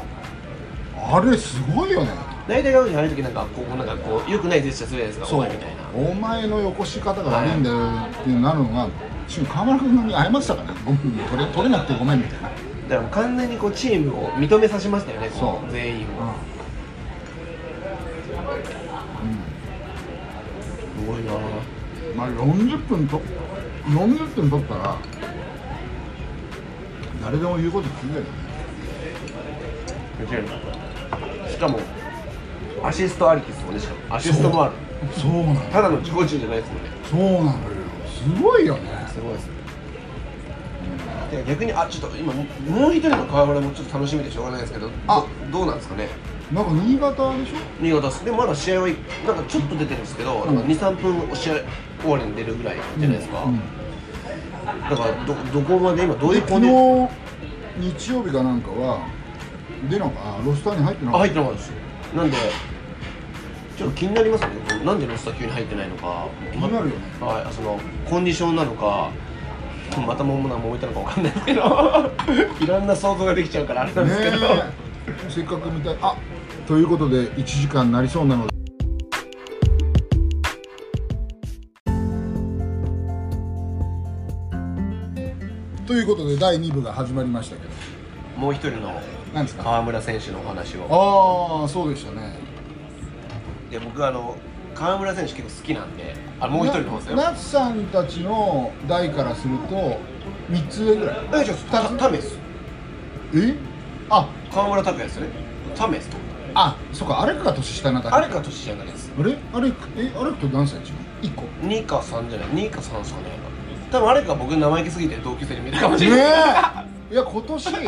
あれすごいよね
大体がああいう時なんかこうなんかこう良くないジェスチャーするじゃないですかお前みたいな
お前のよこし方が悪いんだよってなるのが瞬間河村君に謝ってたからねごめん取れ取れなくてごめんみたいな、
だからもう完全にこうチームを認めさせましたよねこ
そう
う全員をすごいな
まあ、40分と40分取ったら誰でも言うこと聞いてるよね
しかもアシストありきですもんねしかもアシストもある
そうなの
ただの自己中じゃないですも
そ
んね
うなのよすごいよね
すごいですねで逆にあちょっと今もう一人の河村もちょっと楽しみでしょうがないですけど
あ
どどうなんですかね
なんか新潟でしょ
新潟ですでもまだ試合はなんかちょっと出てるんですけど、なんか23分試合終わりに出るぐらいじゃないですか、
うん
だからどどこまで今どう
で
いう
昨
コ
日
ネ
日曜日かなんかは出なかあロスターに入ってな
あ
かっ
入ってなかったですなんでちょっと気になりますよねこうなんでロスター急に入ってないのか
気になるよね
はいそのコンディションなのかまたももなも置いたのかわかんないですけ
[LAUGHS]
どいろんな想像ができちゃうからあれな
た
んですけど、
ねえせっかく見たいあということで1時間になりそうなのでということで第2部が始まりましたけど
もう一人の
何ですか
川村選手のお話を
ああそうでしたね
いや僕はあの川村選手結構好きなんであもう一人の方ですよ
な夏さんたちの代からすると3つ上ぐらい
えじゃあたタメス
えあ
川村拓哉ですよねタメスと
あそっかアレクが年下なだけ
あれか年じゃないです
あれアレクえアレクと何歳違う1個
2か3じゃない2か3ですかね多分あれか僕生意気すぎて同級生に見えるかもし
ね
れない、
えいや今年今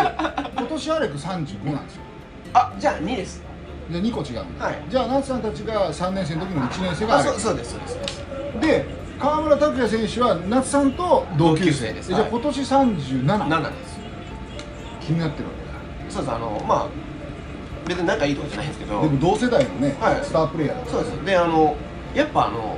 年アレク35なんですよ
あじゃあ2です
で2個違うんだ、
はい
じゃあ夏さんたちが3年生の時の1年生が
あ
アレ
そう
ク
そうですそうです
で川村拓也選手は夏さんと同級生
同級生です
じゃあ
はい
今年37、
7です
気になってるわけ
そうですあのまあ別に仲いいとかじゃないんですけど
だでも同世代のね、
はい
スタープレイヤーだ
そうですであのやっぱあの、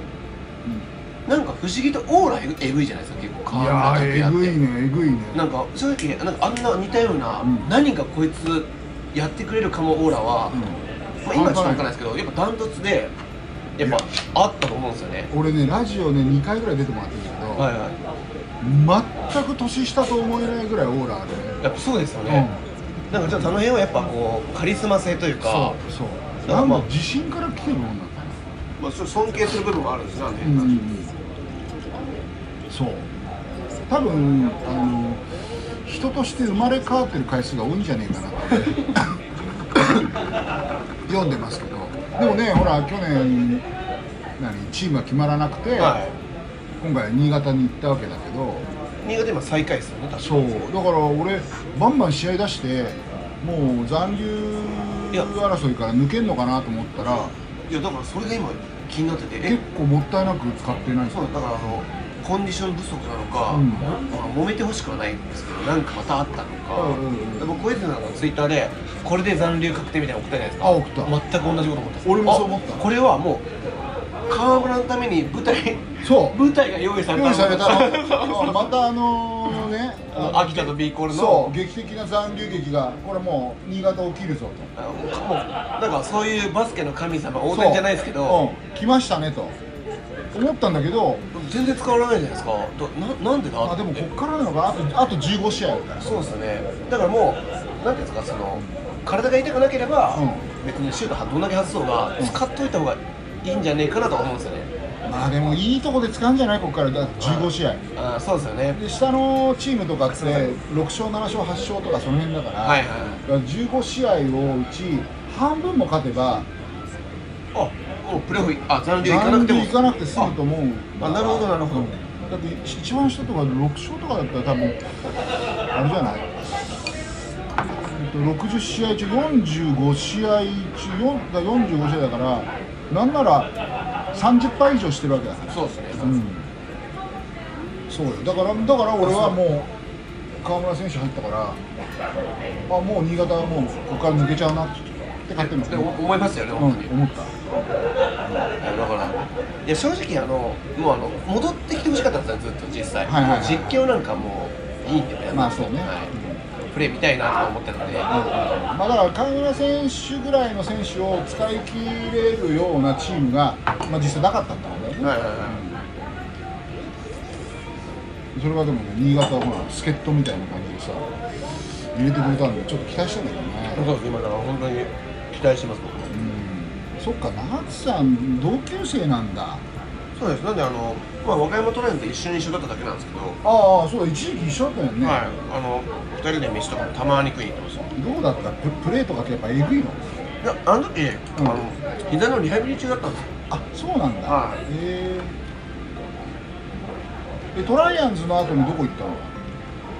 なんか不思議とオーラえぐえぐいじゃないですか結構
い
川
や
村
ー
拓
え
哉っ
ぐ
て
いねえぐいね
なんか正直なんかあんな似たような、
うん
何かこいつやってくれるかもオーラは、
うん
まあ、今ちょっと分かんないですけどやっぱダントツでやっぱあったと思うんですよね
俺ねラジオね2回ぐらい出てもらってるんだけど、
はいは
全く年下と思えないぐらいオーラあるね
いやっぱそうですよね、なんかちょっとあの辺はやっぱこうカリスマ性というか
そうそうな
だから
ん
まあ
か自信から来てるもんなんかな
まあ、ちょっと尊敬する部分もあるんですよね、
うんうんうんそう多分あの人として生まれ変わってる回数が多いんじゃねえかなって [LAUGHS] 読んでますけどでもねほら去年何チームが決まらなくて、
はい
今回は新潟に行ったわけだけど
新潟今最下位ですよね確か
そうだから俺バンバン試合出してもう残留
いや
争いから抜けんのかなと思ったら
いやだからそれが今気になってて
結
え
構もったいなく使ってない
そうだだからあのコンディション不足なのか、
うん
まあ揉めてほしくはないんですけどなんかまたあったのか、
うんうんうん
でも小泉さんがツイッターでこれで残留確定みたいなの送ったじゃないですか
あ送った
全く同じこと思った
俺もそう思った
あこれはもう川村のために舞台
そう
舞台が用意された
用意された
[LAUGHS] そうそう
のまたあのね
あの秋田とビーコールの
そう劇的な残留劇がこれもう新潟起きるぞ
あのもうなんかそういうバスケの神様
と
大谷じゃないですけど、
そううん来ましたねと思ったんだけど
全然使われないじゃないですかどななんでだ
あでもこっからなのかなあとあと15試合あるから
そうですよねだからもうなんていうんですかその体が痛くなければ、
うん
別にシュートどんだけ外そうが、使っといた方がいいんじゃねえかなとは思うんですよね
まあでもいいとこで使うんじゃないこっからだ15試合
あーそうですよね
で下のチームとかって6勝7勝8勝とかその辺だから,、
はいはいはい
だから15試合をうち半分も勝てば
あもうプレーオフあ残留行かな
残
くて
留
も
行かなくて済むと思う
あなるほどなるほど
だって一番下とか6勝とかだったら多分あれじゃないえっと60試合中45試合中4だ45試合だからなんなら30敗以上してるわけだから
そうですね、
うんそうよだからだから俺はもう川村選手入ったからあもう新潟はもうここから抜けちゃうなって勝手に
でお
思った
思いますよね
うん
本当に、
思った
いやだからいや正直あのもうあの戻ってきてほしかったんですよずっと実際、
はいはいはい
もう実況なんかもういいんでね
まあそうね
はい、プレー見たいなとか思ってたので、
まあ、だから川村選手ぐらいの選手を使い切れるようなチームが、まあ、実際なかったんだろうね、
はいはいはい
それはでもね新潟はほら助っ人みたいな感じでさ入れてくれたんでちょっと期待したんだけどね、
そうです今だから本当に期待してます僕も
うん、そっか那津さん同級生なんだ
そうですなんであの、まあ、和歌山トレインと一緒に一緒だっただけなんですけど、
ああそうだ一時期一緒だったよね、
はいあの二人で飯とかもたまに食いに行ってましたい
どうだったププレーとかってやっぱエグいの
やあの時、あの膝のリハビリ中だったんですよ
あそうなんだ、
はい
へええトライアンズの後にどこ行ったの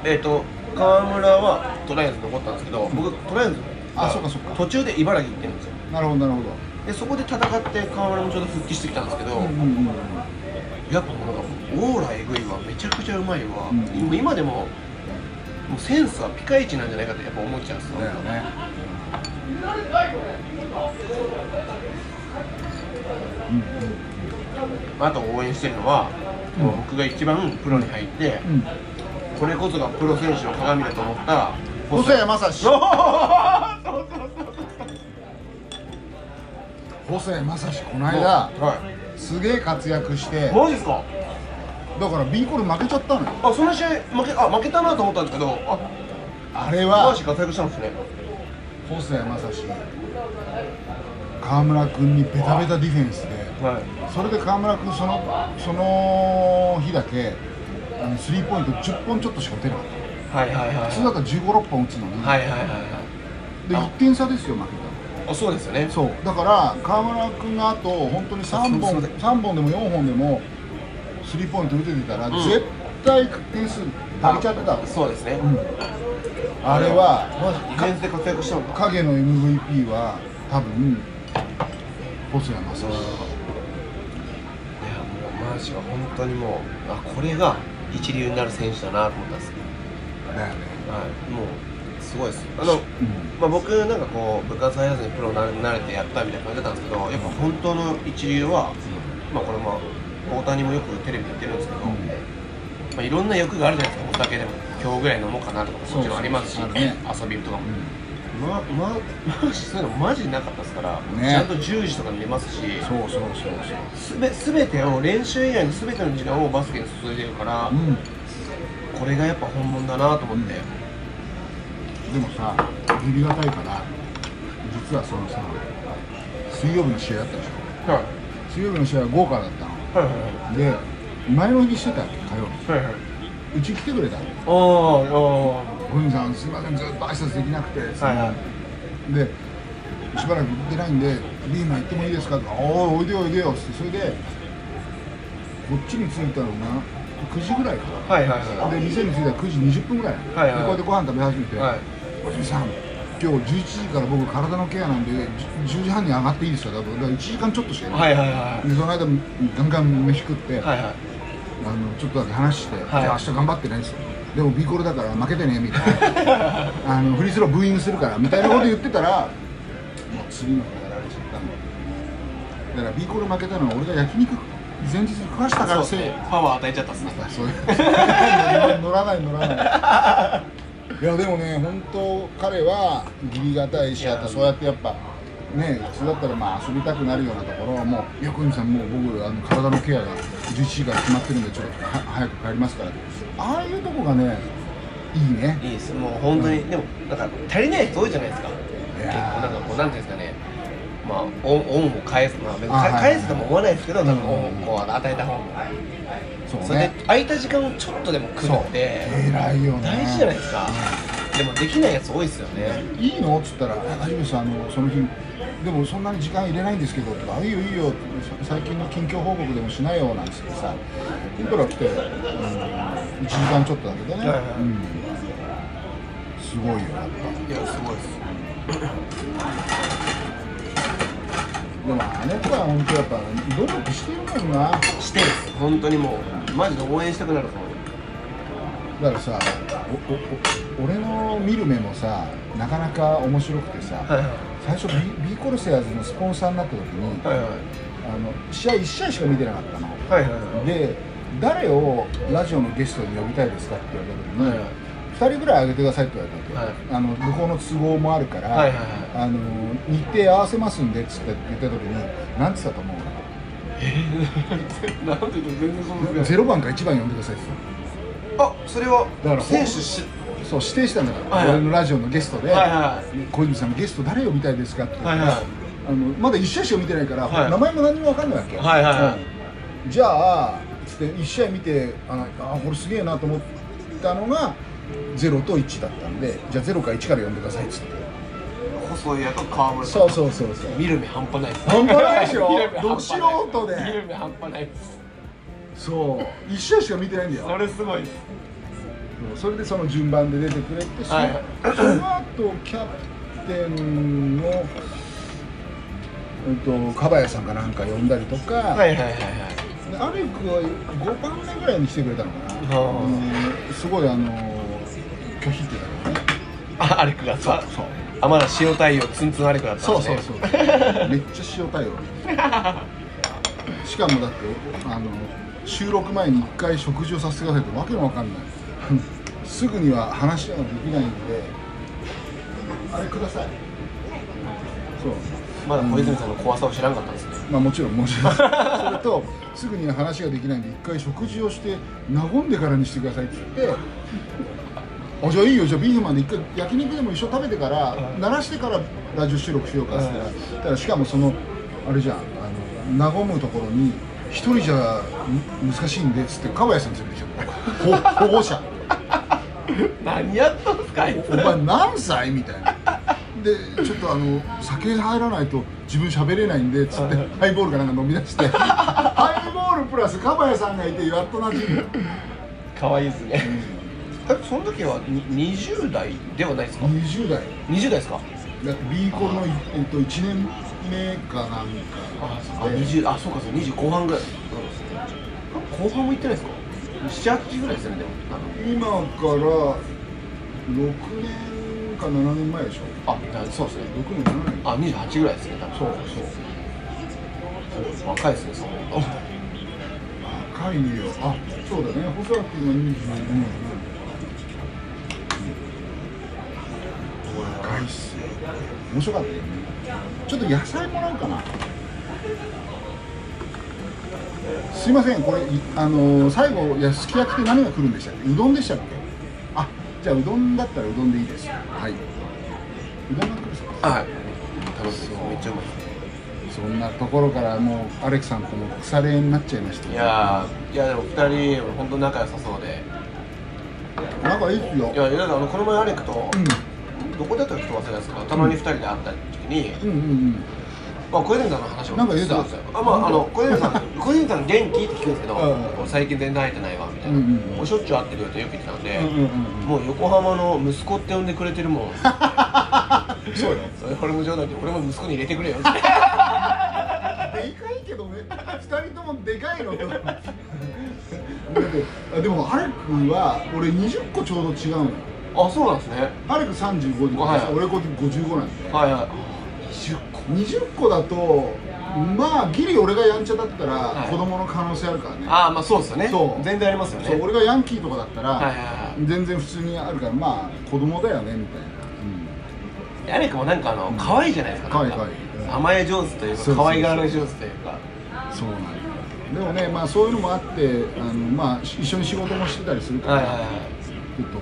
えっ、と川村はトライアンズ残ったんですけど僕トライアンズ
あそうかそうか
途中で茨城行ってるんですよ
なるほどなるほど
でそこで戦って川村もちょうど復帰してきたんですけど、
うんうんうん
やっぱもうなんかオーラえぐいわめちゃくちゃうまいわ、
うん
もう今でももうセンスはピカイチなんじゃないかってやっぱ思っちゃうんですよ、
だよね
あと応援してるのは、もう僕が一番プロに入って、
うん
これこそがプロ選手の鏡だと思った
細谷正史細谷正史この間
は
すげえ活躍して
い、マジですか
だからビンコル負けちゃったのよ
あその試合負けあ負けたなと思ったんですけどあ
あれ
マ
は
ジ活躍したんですね
細谷正史川村君にベタベタディフェンスで
はい
それで川村君そのその日だけあのスリーポイント10本ちょっとしか打てなかった
はいはいはいはい
普通だったら1 5 6本打つのに、
はいはいはい
で1点差ですよ負けたの
はいあそうですよね
そうだから河村君があと本当に3
あすい
本
ません
三本でも4本でもスリーポイント打ててたら、
ん
絶対点数足りちゃってた
そうですね、
あれ
デ
は
ィフェンスで活躍したんだ
か影の MVP は多分細谷正
いやもうマーシは本当にもうあこれが一流になる選手だなと思ったんですよ
史だよね、
はいもうすごいですあの、まあ、僕なんかこう部活入らずにプロになれてやったみたいな感じだったんですけどやっぱ本当の一流は、まあこれも大谷もよくテレビで言ってるんですけど、まあ、いろんな欲があるじゃないですかお酒でも今日ぐらい飲もうかなとかもちろんありますし
そうそうそうあるね
遊びとかも、ままマーシそういうのマジなかったですから、
ね
ちゃんと10時とかに寝ますし
そうそうそうそう
すべ全てを練習以外の全ての時間をバスケに注いでるから、
うん
これがやっぱ本物だなと思って、
でもさビビがたいから実はそのさ水曜日の試合だったでし
はい
ょ水曜日の試合は豪華だったの
はい
で前の日にしてたわけ火曜日
はいはいはいはいう
ち来てくれたの
あああ
「小泉さんすいませんずっと挨拶できなくて」
はいは
でしばらく行ってないんで「ビーマン行ってもいいですか?」とか「おいおいでよおいでよ」ってそれでこっちに着いたのが9時ぐらいか
あはいはい
な
は
で店に着いたら9時20分ぐらいなの、
はいはい
でこうやってご飯食べ始めて
いはい
「小泉さん今日11時から僕体のケアなんでじ10時半に上がっていいですか?」だから1時間ちょっとしかいない、
はいはいは
でその間ガンガン飯食って、
いはいはい
あのちょっとだけ話して、
はい
じゃあ明日頑張ってねっつってでも B コールだから負けてねみたいな
[LAUGHS]
あのフリースローブーイングするからみたいなこと言ってたらもう次の日やられちゃったんだだから B コール負けたのは俺が焼肉前日に食わしたからせい
パワー与えちゃったっすね
そういう [LAUGHS] 乗らない乗らないいやでもね本当彼は義理がたいしあとそうやってやっぱね普通だったらまあ遊びたくなるようなところはもう「いや小泉さんもう僕あの体のケアが11時から決まってるんでちょっとは早く帰りますから」ってああいうとこがねいいね
いいですもう本当に、でもなんか足りない人多いじゃないですか
い
結
や
構
ー
なんかこうなんていうんですかねまあ恩恩を返すまあ別に
あはいはい
返すとも思わないですけどなんか
うん
恩をこう与えた方が
そう
それで
ね
空いた時間をちょっとでも食うのって
偉いよね
大事じゃないですかでもできないやつ多いですよね
いいの?」っつったら「あじめさんあのその日でもそんなに時間入れないんですけど」とか「あいいよいいよ」最近の近況報告でもしないよ」なんつってさインプラ来て、うん、1時間ちょっとだけどね、
はいはい
うん、すごいよやっ
いやすごいです
ぱでもあの子は本当やっぱ努力してるもんな
してるっす本当にもうマジで応援したくなると思う
だからさおおお俺の見る目もさなかなか面白くてさ、
はいはい
最初 B, B コルセアーズのスポンサーになった時に、
はいはい
あの試合1試合しか見てなかったの、
はいはいはい
で誰をラジオのゲストに呼びたいですかって言われた時
はいはい
に、2人ぐらい上げてくださいって言われたわけ、あの向こうの都合もあるから、
はいはいはい
あの日程合わせますんでっつって言った時に何つったと思う
なんて言うと全然その
ゼロ番か1番呼んでくださいって言った
あそれは
だから
選手し
のそう指定したんだから、
はいはい
俺のラジオのゲストで、
はいは
小泉さんゲスト誰呼びたいですかって言った
はい
ら、
はい
あのまだ1試合しか見てないから、
はい
名前も何にも分かんないわけ、
はいはいはい
じゃあつって1試合見てあのあこれすげえなと思ったのが0と1だったんでじゃあ0か1から読んでくださいっつって
細いやと川村さん
そうそうそうそう
見る目半端ないです
半端ないでしょ
[LAUGHS] 見る目半端ない
ど素人で
見る目半端ないです
そう1試合しか見てないんだ
そ
よ
れすごいです
うんそれでその順番で出てくれてそ,、
はい
その後キャプテンの、うんと、かばやさんかなんか呼んだりとか、
はいはいはいはい
だねアレクは5番目ぐらいに来てくれたのかな、うんすごいあの拒否ってたけどね
あアレクがさ
そう
あまだ塩対応ツンツンアレクだったん
そう
です
そ
ね
うそうめっ
[LAUGHS]
ちゃ塩対応しかもだってあの収録前に1回食事をさせてくださいってわけのわかんないすぐには話ができないんであれくださいそう
まだ小泉さんの怖さを知らんかったんですね
まあもちろんもちろんそれとすぐには話ができないんで一回食事をして和んでからにしてくださいって言ってあじゃあいいよじゃあビーフマンで一回焼肉でも一緒食べてから、鳴らしてからラジオ収録しようかっつって、だからしかもそのあれじゃんあの和むところに一人じゃむ難しいんでっつって川谷さん連れてきちゃったほ保護者
何やったんすかあいつ
お前何歳みたいなでちょっとあの酒入らないと自分喋れないんでつってハイボールかなんか飲み出してハイボールプラス蒲谷さんがいてやっとなじむ
可愛いですねえその時はに20代ではないですか
20代
20代ですか
だって B コンの、えっと、1年目かなん
あ
かで
20あそうかそう20後半ぐらい後半も行ってないですか78ぐらいですよねでも
今から6年か7年前でしょ
あだそうですね
6年7年
あ28ぐらいですね多分
そうそう
若いですねその
若いよあそうだね細田君が22年若いっすよ面白かったよねちょっと野菜もらおうかなすいませんこれいあのー最後いやすき焼きって何が来るんでしたっけうどんでしたっけあじゃあうどんだったらうどんでいいですはいうどんが来るんですか
はい楽しそうめっちゃうまい
そんなところからもうアレクさんとも腐れ縁になっちゃいました
いやーいやでも2人本当仲良さそうで
仲いいっすよ
いやなんかあのこの前アレクと、
うん
どこでやったかちょっと忘れたんですけどたまに2人で会った時に、
うんうんうん
まあ、小泉さんの話を
なんか言う
して
た
たんですよあ、まあ、あの小泉さん [LAUGHS] 小泉さん元気って聞くんですけど、
うん
最近全然会えてないわみたいな、
うんうんうん
もうしょっちゅう会ってるよってよく言ってたんで、
うんうんうん
もう横浜の息子って呼んでくれてるもん
うん、 [LAUGHS] そうよ。
それ俺も冗談で俺も息子に入れてくれよって
で
[LAUGHS]
かいけどね、二人ともでかいの。だってあでも、ハレクは、俺二十個ちょうど違うのよ。
あそうなんですね
ハレク三十五で、
はい
俺こうやって五十五なんで。
はいはい
20個20個だとまあギリ俺がやんちゃだったら
はい
子供の可能性あるからね、
ああまあそうですよね
そう
全然ありますよね
そう俺がヤンキーとかだったら、
はいはいは
全然普通にあるからまあ子供だよねみたいな、
でアレクもなんかあの可愛いじゃないですかなんか
可愛い可愛いうん
甘え上手という
そうそうそ
か
う
可愛がられ上手というか
うんそうなんだでもねまあそういうのもあってあのまあ一緒に仕事もしてたりするから、
はいはいはい
えっと、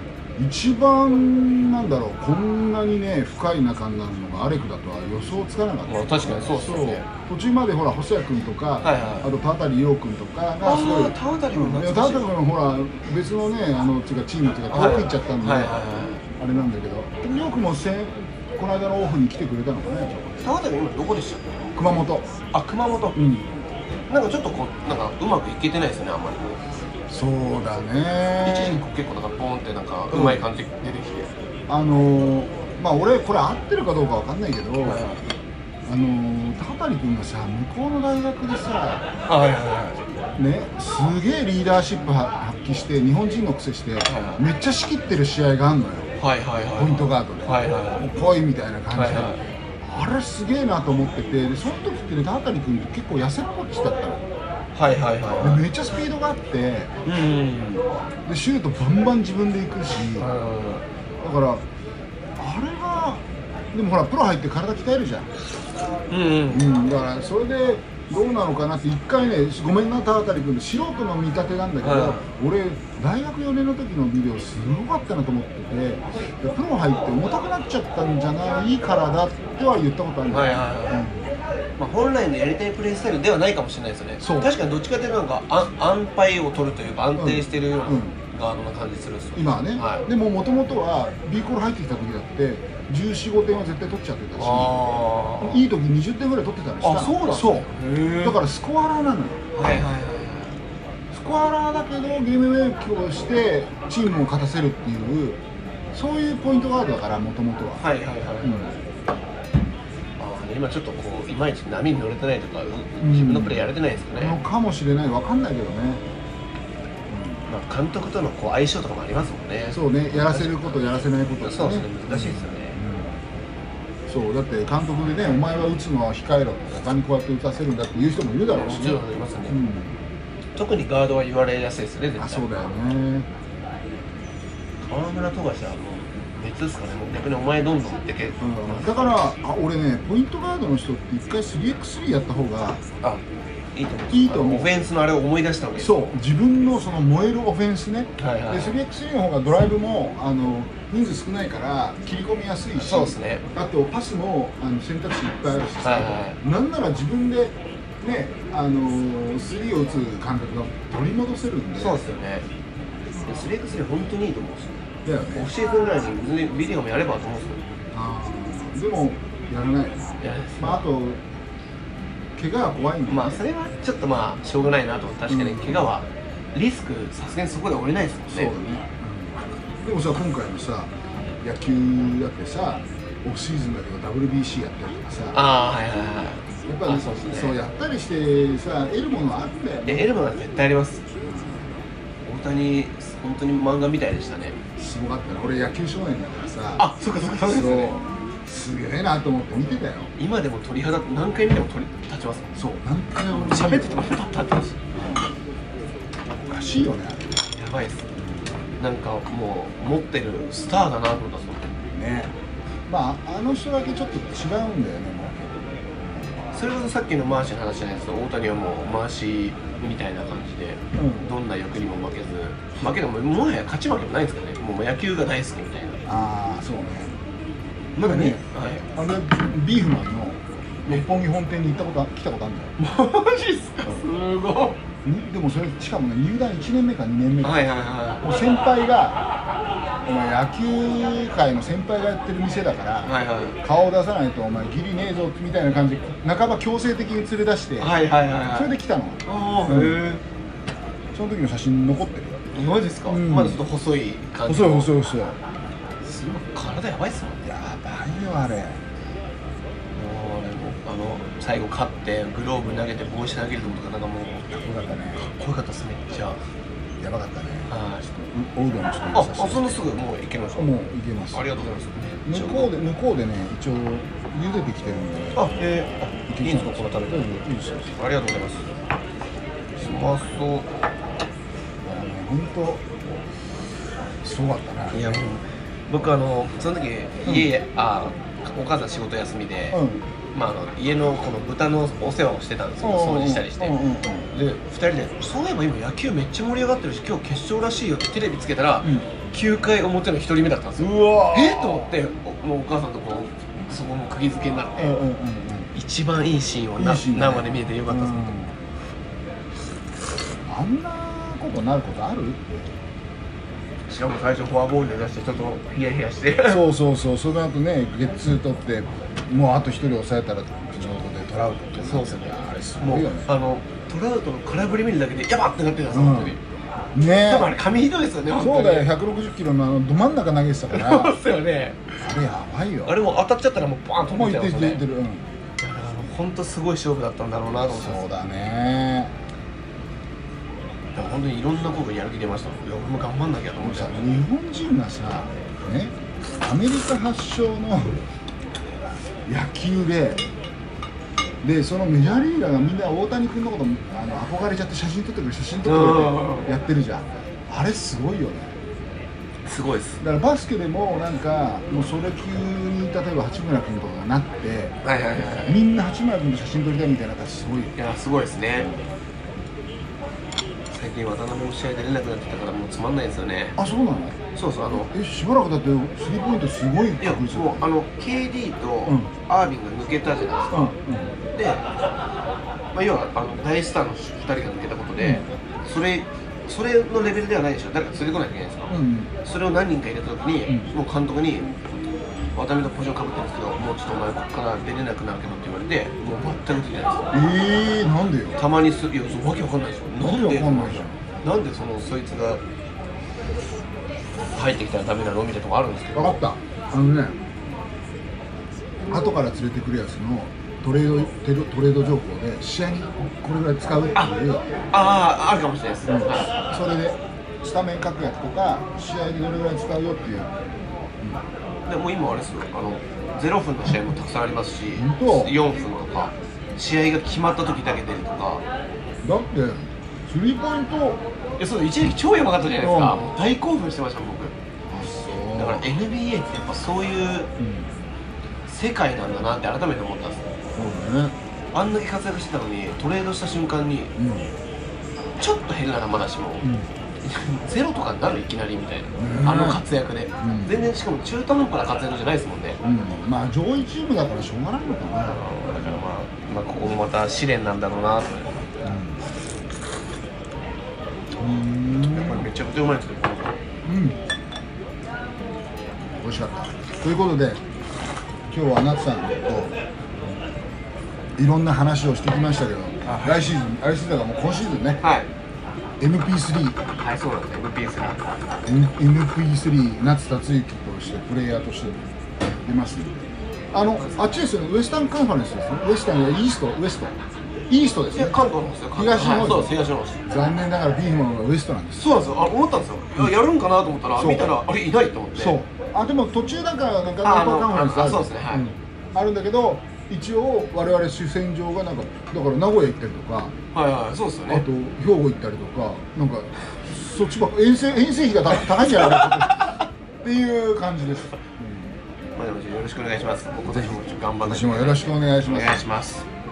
一番なんだろうこんなにね深い仲になるのがアレクだとは予想つかなかった、
まあ確かにそうっすよね
そう途中までほら細谷君とか、
いはい
あと田渡陽君とかがすごい
あー田渡君
うんいや
懐
田
かし
渡
い
君ほら別のねあのっていうかチームっていうか
はい
遠く行っちゃったんで、
はいはいはい
あれなんだけど陽君もせんこの間のオフに来てくれたのかね
田辺今どこでしたっけ
熊本
あ熊本
うん
なんかちょっとこうなんかうまくいけてないですよねあんまり
そうだ
一時期
ね
こう結構なんかポンってなんかうまい感じで出てきて、
あのーまあ俺これ合ってるかどうかわかんないけど、
はいはい
あのー高谷君がさ向こうの大学でさ
はいはいはい
ねすげえリーダーシップは発揮して日本人の癖して
はい
めっちゃ仕切ってる試合があんのよ
はいはいはい
ポイントガードで
はいはいはい
来いみたいな感じで、
はいはい
あれすげえなと思っててでその時ってね高谷君って結構痩せっぽっちだった
はいはい
ので
は
めっちゃスピードがあって
いうん
でシュートバンバン自分で行くし、
う
だからあれがでもほらプロ入って体鍛えるじゃん
んうん
うん、だからそれでどうなのかなって一回ねごめんな田辺君素人の見立てなんだけど、
は
俺大学4年の時のビデオすごかったなと思っててでプロ入って重たくなっちゃったんじゃないからだっては言ったことあるんだ
はい
け
はい
ど
はいまあ、本来のやりたいプレースタイルではないかもしれないですよね
そう
確かにどっちかというとなんかあ安牌を取るというか安定してるような、
うん
ガードな感じするんですよ
今はね、
はい、
でももともとは B コール入ってきた時だって1415点は絶対取っちゃってた
あ
しいい時20点ぐらい取ってたりしたの
あそうなんです
そ
ね
う
へえ
だからスコアラーなのよ
はいはいはい
スコアラーだけどゲームメイクをしてチームを勝たせるっていうそういうポイントガードだからもともとは、
はいはいはいはい、
うん
ああね今ちょっとこういまいち波に乗れてないとか、自分のプレーやれてないですかね、
のかもしれないわかんないけどね、
まあ、監督とのこう相性とかもありますもんね
うん、そうねやらせることやらせないこと
そうですね難しいですよね、
そうだって監督でねお前は打つのは控えろとか他にこうやって打たせるんだっていう人もいるだろうし
も
ね
ちろんいますね、
う
特にガードは言われやすいですね絶
ん、
対
あそうだよね
河村富樫はもう別ですかねもう逆にお前どんどんってけ、
うんだからあ俺ねポイントガードの人って一回 3x3 やった方が
あいいと思う
いいと思う
あのオフェンスのあれを思い出したわけです
そう自分のその燃えるオフェンスね、
はいはい
で 3x3 の方がドライブもあの人数少ないから切り込みやすいし
そうですね
あとパスもあの選択肢いっぱいあるしさ、
はいは
なんなら自分でねあの3を打つ感覚が取り戻せるんで
そうですよねでスレックスで本当にいいと思うんですよ
だよ
オ
ね
フシーズンぐらいに別にビデオもやればと思うんですよ
あーでもやらない
いやです
まあ、あと怪我は怖いんで、ね
まあそれはちょっとまあしょうがないなと思う確かに
うん
怪我はリスクさすがにそこで折れないですもん
そうだ
ね
ね、うんでもさ今回のさ野球だってさオフシーズンだけど WBC やったりとかさや
ああはいはいはい
っぱり
あ
そ,、
そううですね
やったりしてさ得るものあるんだよね
えエルバは絶対あります大谷本当に漫画みたいでしたね
すごかったね俺野球少年だからさ
あそっかそっかそうですよね
そうすげえなと思って見てたよ
今でも鳥肌何回見ても鳥立ちますもん
そう何回俺
喋っててもパッと立ってます
おかしいよねあ
やばいですなんかもう持ってるスターだなと思ったんですよ
れねまああの人だけちょっと違うんだよねもう
それこそさっきのマーシーの話じゃないですけど大谷はもうマーシーみたいな感じで、
うん
どんな役にも負けず負けでももはや勝ち負けもないんですかねもう野球が大好きみたいな
ああそうねなんかね
は
あ
い
れビーフマンの六本木本店に行ったことあ来たことあるんだよ
マジっすかすごい
んでもそれしかもね入団1年目か2年目か、
はいはいは
もう先輩がお前野球界の先輩がやってる店だから、
いはいはい
顔を出さないとお前ギリねえぞみたいな感じで半ば強制的に連れ出して、
はいはいはいはい
それで来たの
ああ
うん
へ
その時の写真残ってるよ
えマジっすか、
うん
まだちょっと細い感じ
細い細い細い
すごい体やばいっすもんね
やばいよあれ
もうなんかあの最後勝ってグローブ投げて帽子投げるとことかなんかもうか
よかったね
っこよかったっすねじゃ
やばかったね
あはい
オウドのちょっ
あ、あ
と
そんなすぐもう行けましょう
もう行けます
ありがとうございます
向こうで向こうでね一応茹でてきてるんで
あ、えー、あいいんですかこれ食べて、
うんいいですよ
ありがとうございますうまそう
いやね本当すごかったね
いやもう僕あのその時家、あお母さん仕事休みで、まあ、あの家のこの豚のお世話をしてたんですよ掃除したりして、
うんうんうん
で2人で「そういえば今野球めっちゃ盛り上がってるし今日決勝らしいよ」ってテレビつけたら、
ん
9回表の1人目だったんですよ
うわ
えっと思っておもうお母さんとこうそこも釘付けになって、
うんうんうんうん
一番いいシーンをない
いシーンだね
生で見れてよかったです、
うんあんなことなることある
しかも最初フォアボールで出してちょっとヒヤヒヤして
そうそうそうその後ねゲッツー取ってもうあと一人抑えたら上手でトラウトって
そうですよね
あれす
も
ご
う、
いよね
あのトラウトの空振り見るだけでヤバってなってたんですよ、本当に
ね
多分あれ紙ひどいですよね本当
そ
に
うだよ160キロのあのど真ん中投げてたから
そうっすよね
あれやばいよ
あれも当たっちゃったらもうバーンと
もう
思っち
いっ
ゃ
て
い
いっ
ましてた
いっ
ね
てるうん
本当すごい勝負だったんだろうなと思って
そうだね
本当にいろんなことやる気出ましたもんいや俺も頑張んなきゃと思っ
さ
た
日本人がさ、ね、アメリカ発祥の野球ででそのメジャーリーガーがみんな大谷君のことあの憧れちゃって写真撮ってくれ写真撮ってくれってやってるじゃんあれすごいよね
すごいです
だからバスケでもなんかもうそれ急に例えば八村君とかがなって
はいはいはい
みんな八村君と写真撮りたいみたいなのがすごいよ
いやすごいですね最近渡辺も試合出れなくなってきたからもうつまんないですよね
あそうなの
そうそうあの
えしばらくだってスリーポイントすごい
いや
確率だ
もうあの KD と
うん
アービングが抜けたじゃないですか、
うんうん
で、まあ、要はあの大スターの2人が抜けたことで、それそれのレベルではないでしょ誰か連れてこなきゃいけないですか、
うん
それを何人か入れた時に、もう監督に渡辺とポジションかぶってるんですけどもうちょっとお前ここから出れなくなるけどって言われてもう全くできない
え
で
ー、なんでよ
すたまにすいやそうわけわかんないでしょなんで
わけわかんないじ
なんでそのそいつが入ってきたらダメなのみたいなとこあるんですけど
分かったあのね後から連れてくるやつのトレードテロトレード情報で試合にこれぐらい使うっていう
あああるかもしれないです、はい
それでスタメン確約とか試合にどれぐらい使うよっていう
でもう今あれですよあの0分の試合もたくさんありますし
本当
4分とか試合が決まった時だけ出るとか
だってスリーポイント
いやそう一時期超やばかったじゃないですか、
うん
もう大興奮してましたもん僕だから NBA ってやっぱそういう
うん
世界なんだなって改めて思ったんです
そうだね
あんだけ活躍してたのにトレードした瞬間
う
に
ん
ちょっと変ならまだしも、ゼロとかになるいきなりみたい
うん
なあの活躍で、
ん
全然しかも中途半端な活躍じゃないですもんね、
うん、うん、まあ上位チームだからしょうがないのかな
あのだからまあ、まあ、ここもまた試練なんだろうなと
うん
やっぱりめちゃくちゃうまいんですけどこの子
うん美味しかったということで今日は夏さんといろんな話をしてきましたけど、来シーズン来シーズンだからもう今シーズンね
はい、
MP3
はい、そうなんですよ MPS が
M- MP3 夏達之としてプレイヤーとして出ますんであのあっちですよねウエスタンカンファレンスですねウエスタンいやイーストウエストイーストです
いや
ね
関東なんですよ関
東の方
はいそうです東の方です
残念ながらビーフマンはウエストなんです
そうなんですよあ思ったんですよいややるんかなと思ったら
そう
見たらあれいないと思って
そうあでも途中なんかなんか
あ
なんとかカンファレンスある
あのあそうですねはい
んあるんだけど一応我々主戦場がなんかだから名古屋行ったりとか
はいはいそうですよ
あ
ね
と兵庫行ったりとかなんかそっちばっか遠征遠征費が高高いんじゃないかとっていう感じ [LAUGHS] です、
まあでもよろしくお願いします今年も頑張って
私もよろしくお願いし
お
ます
願いします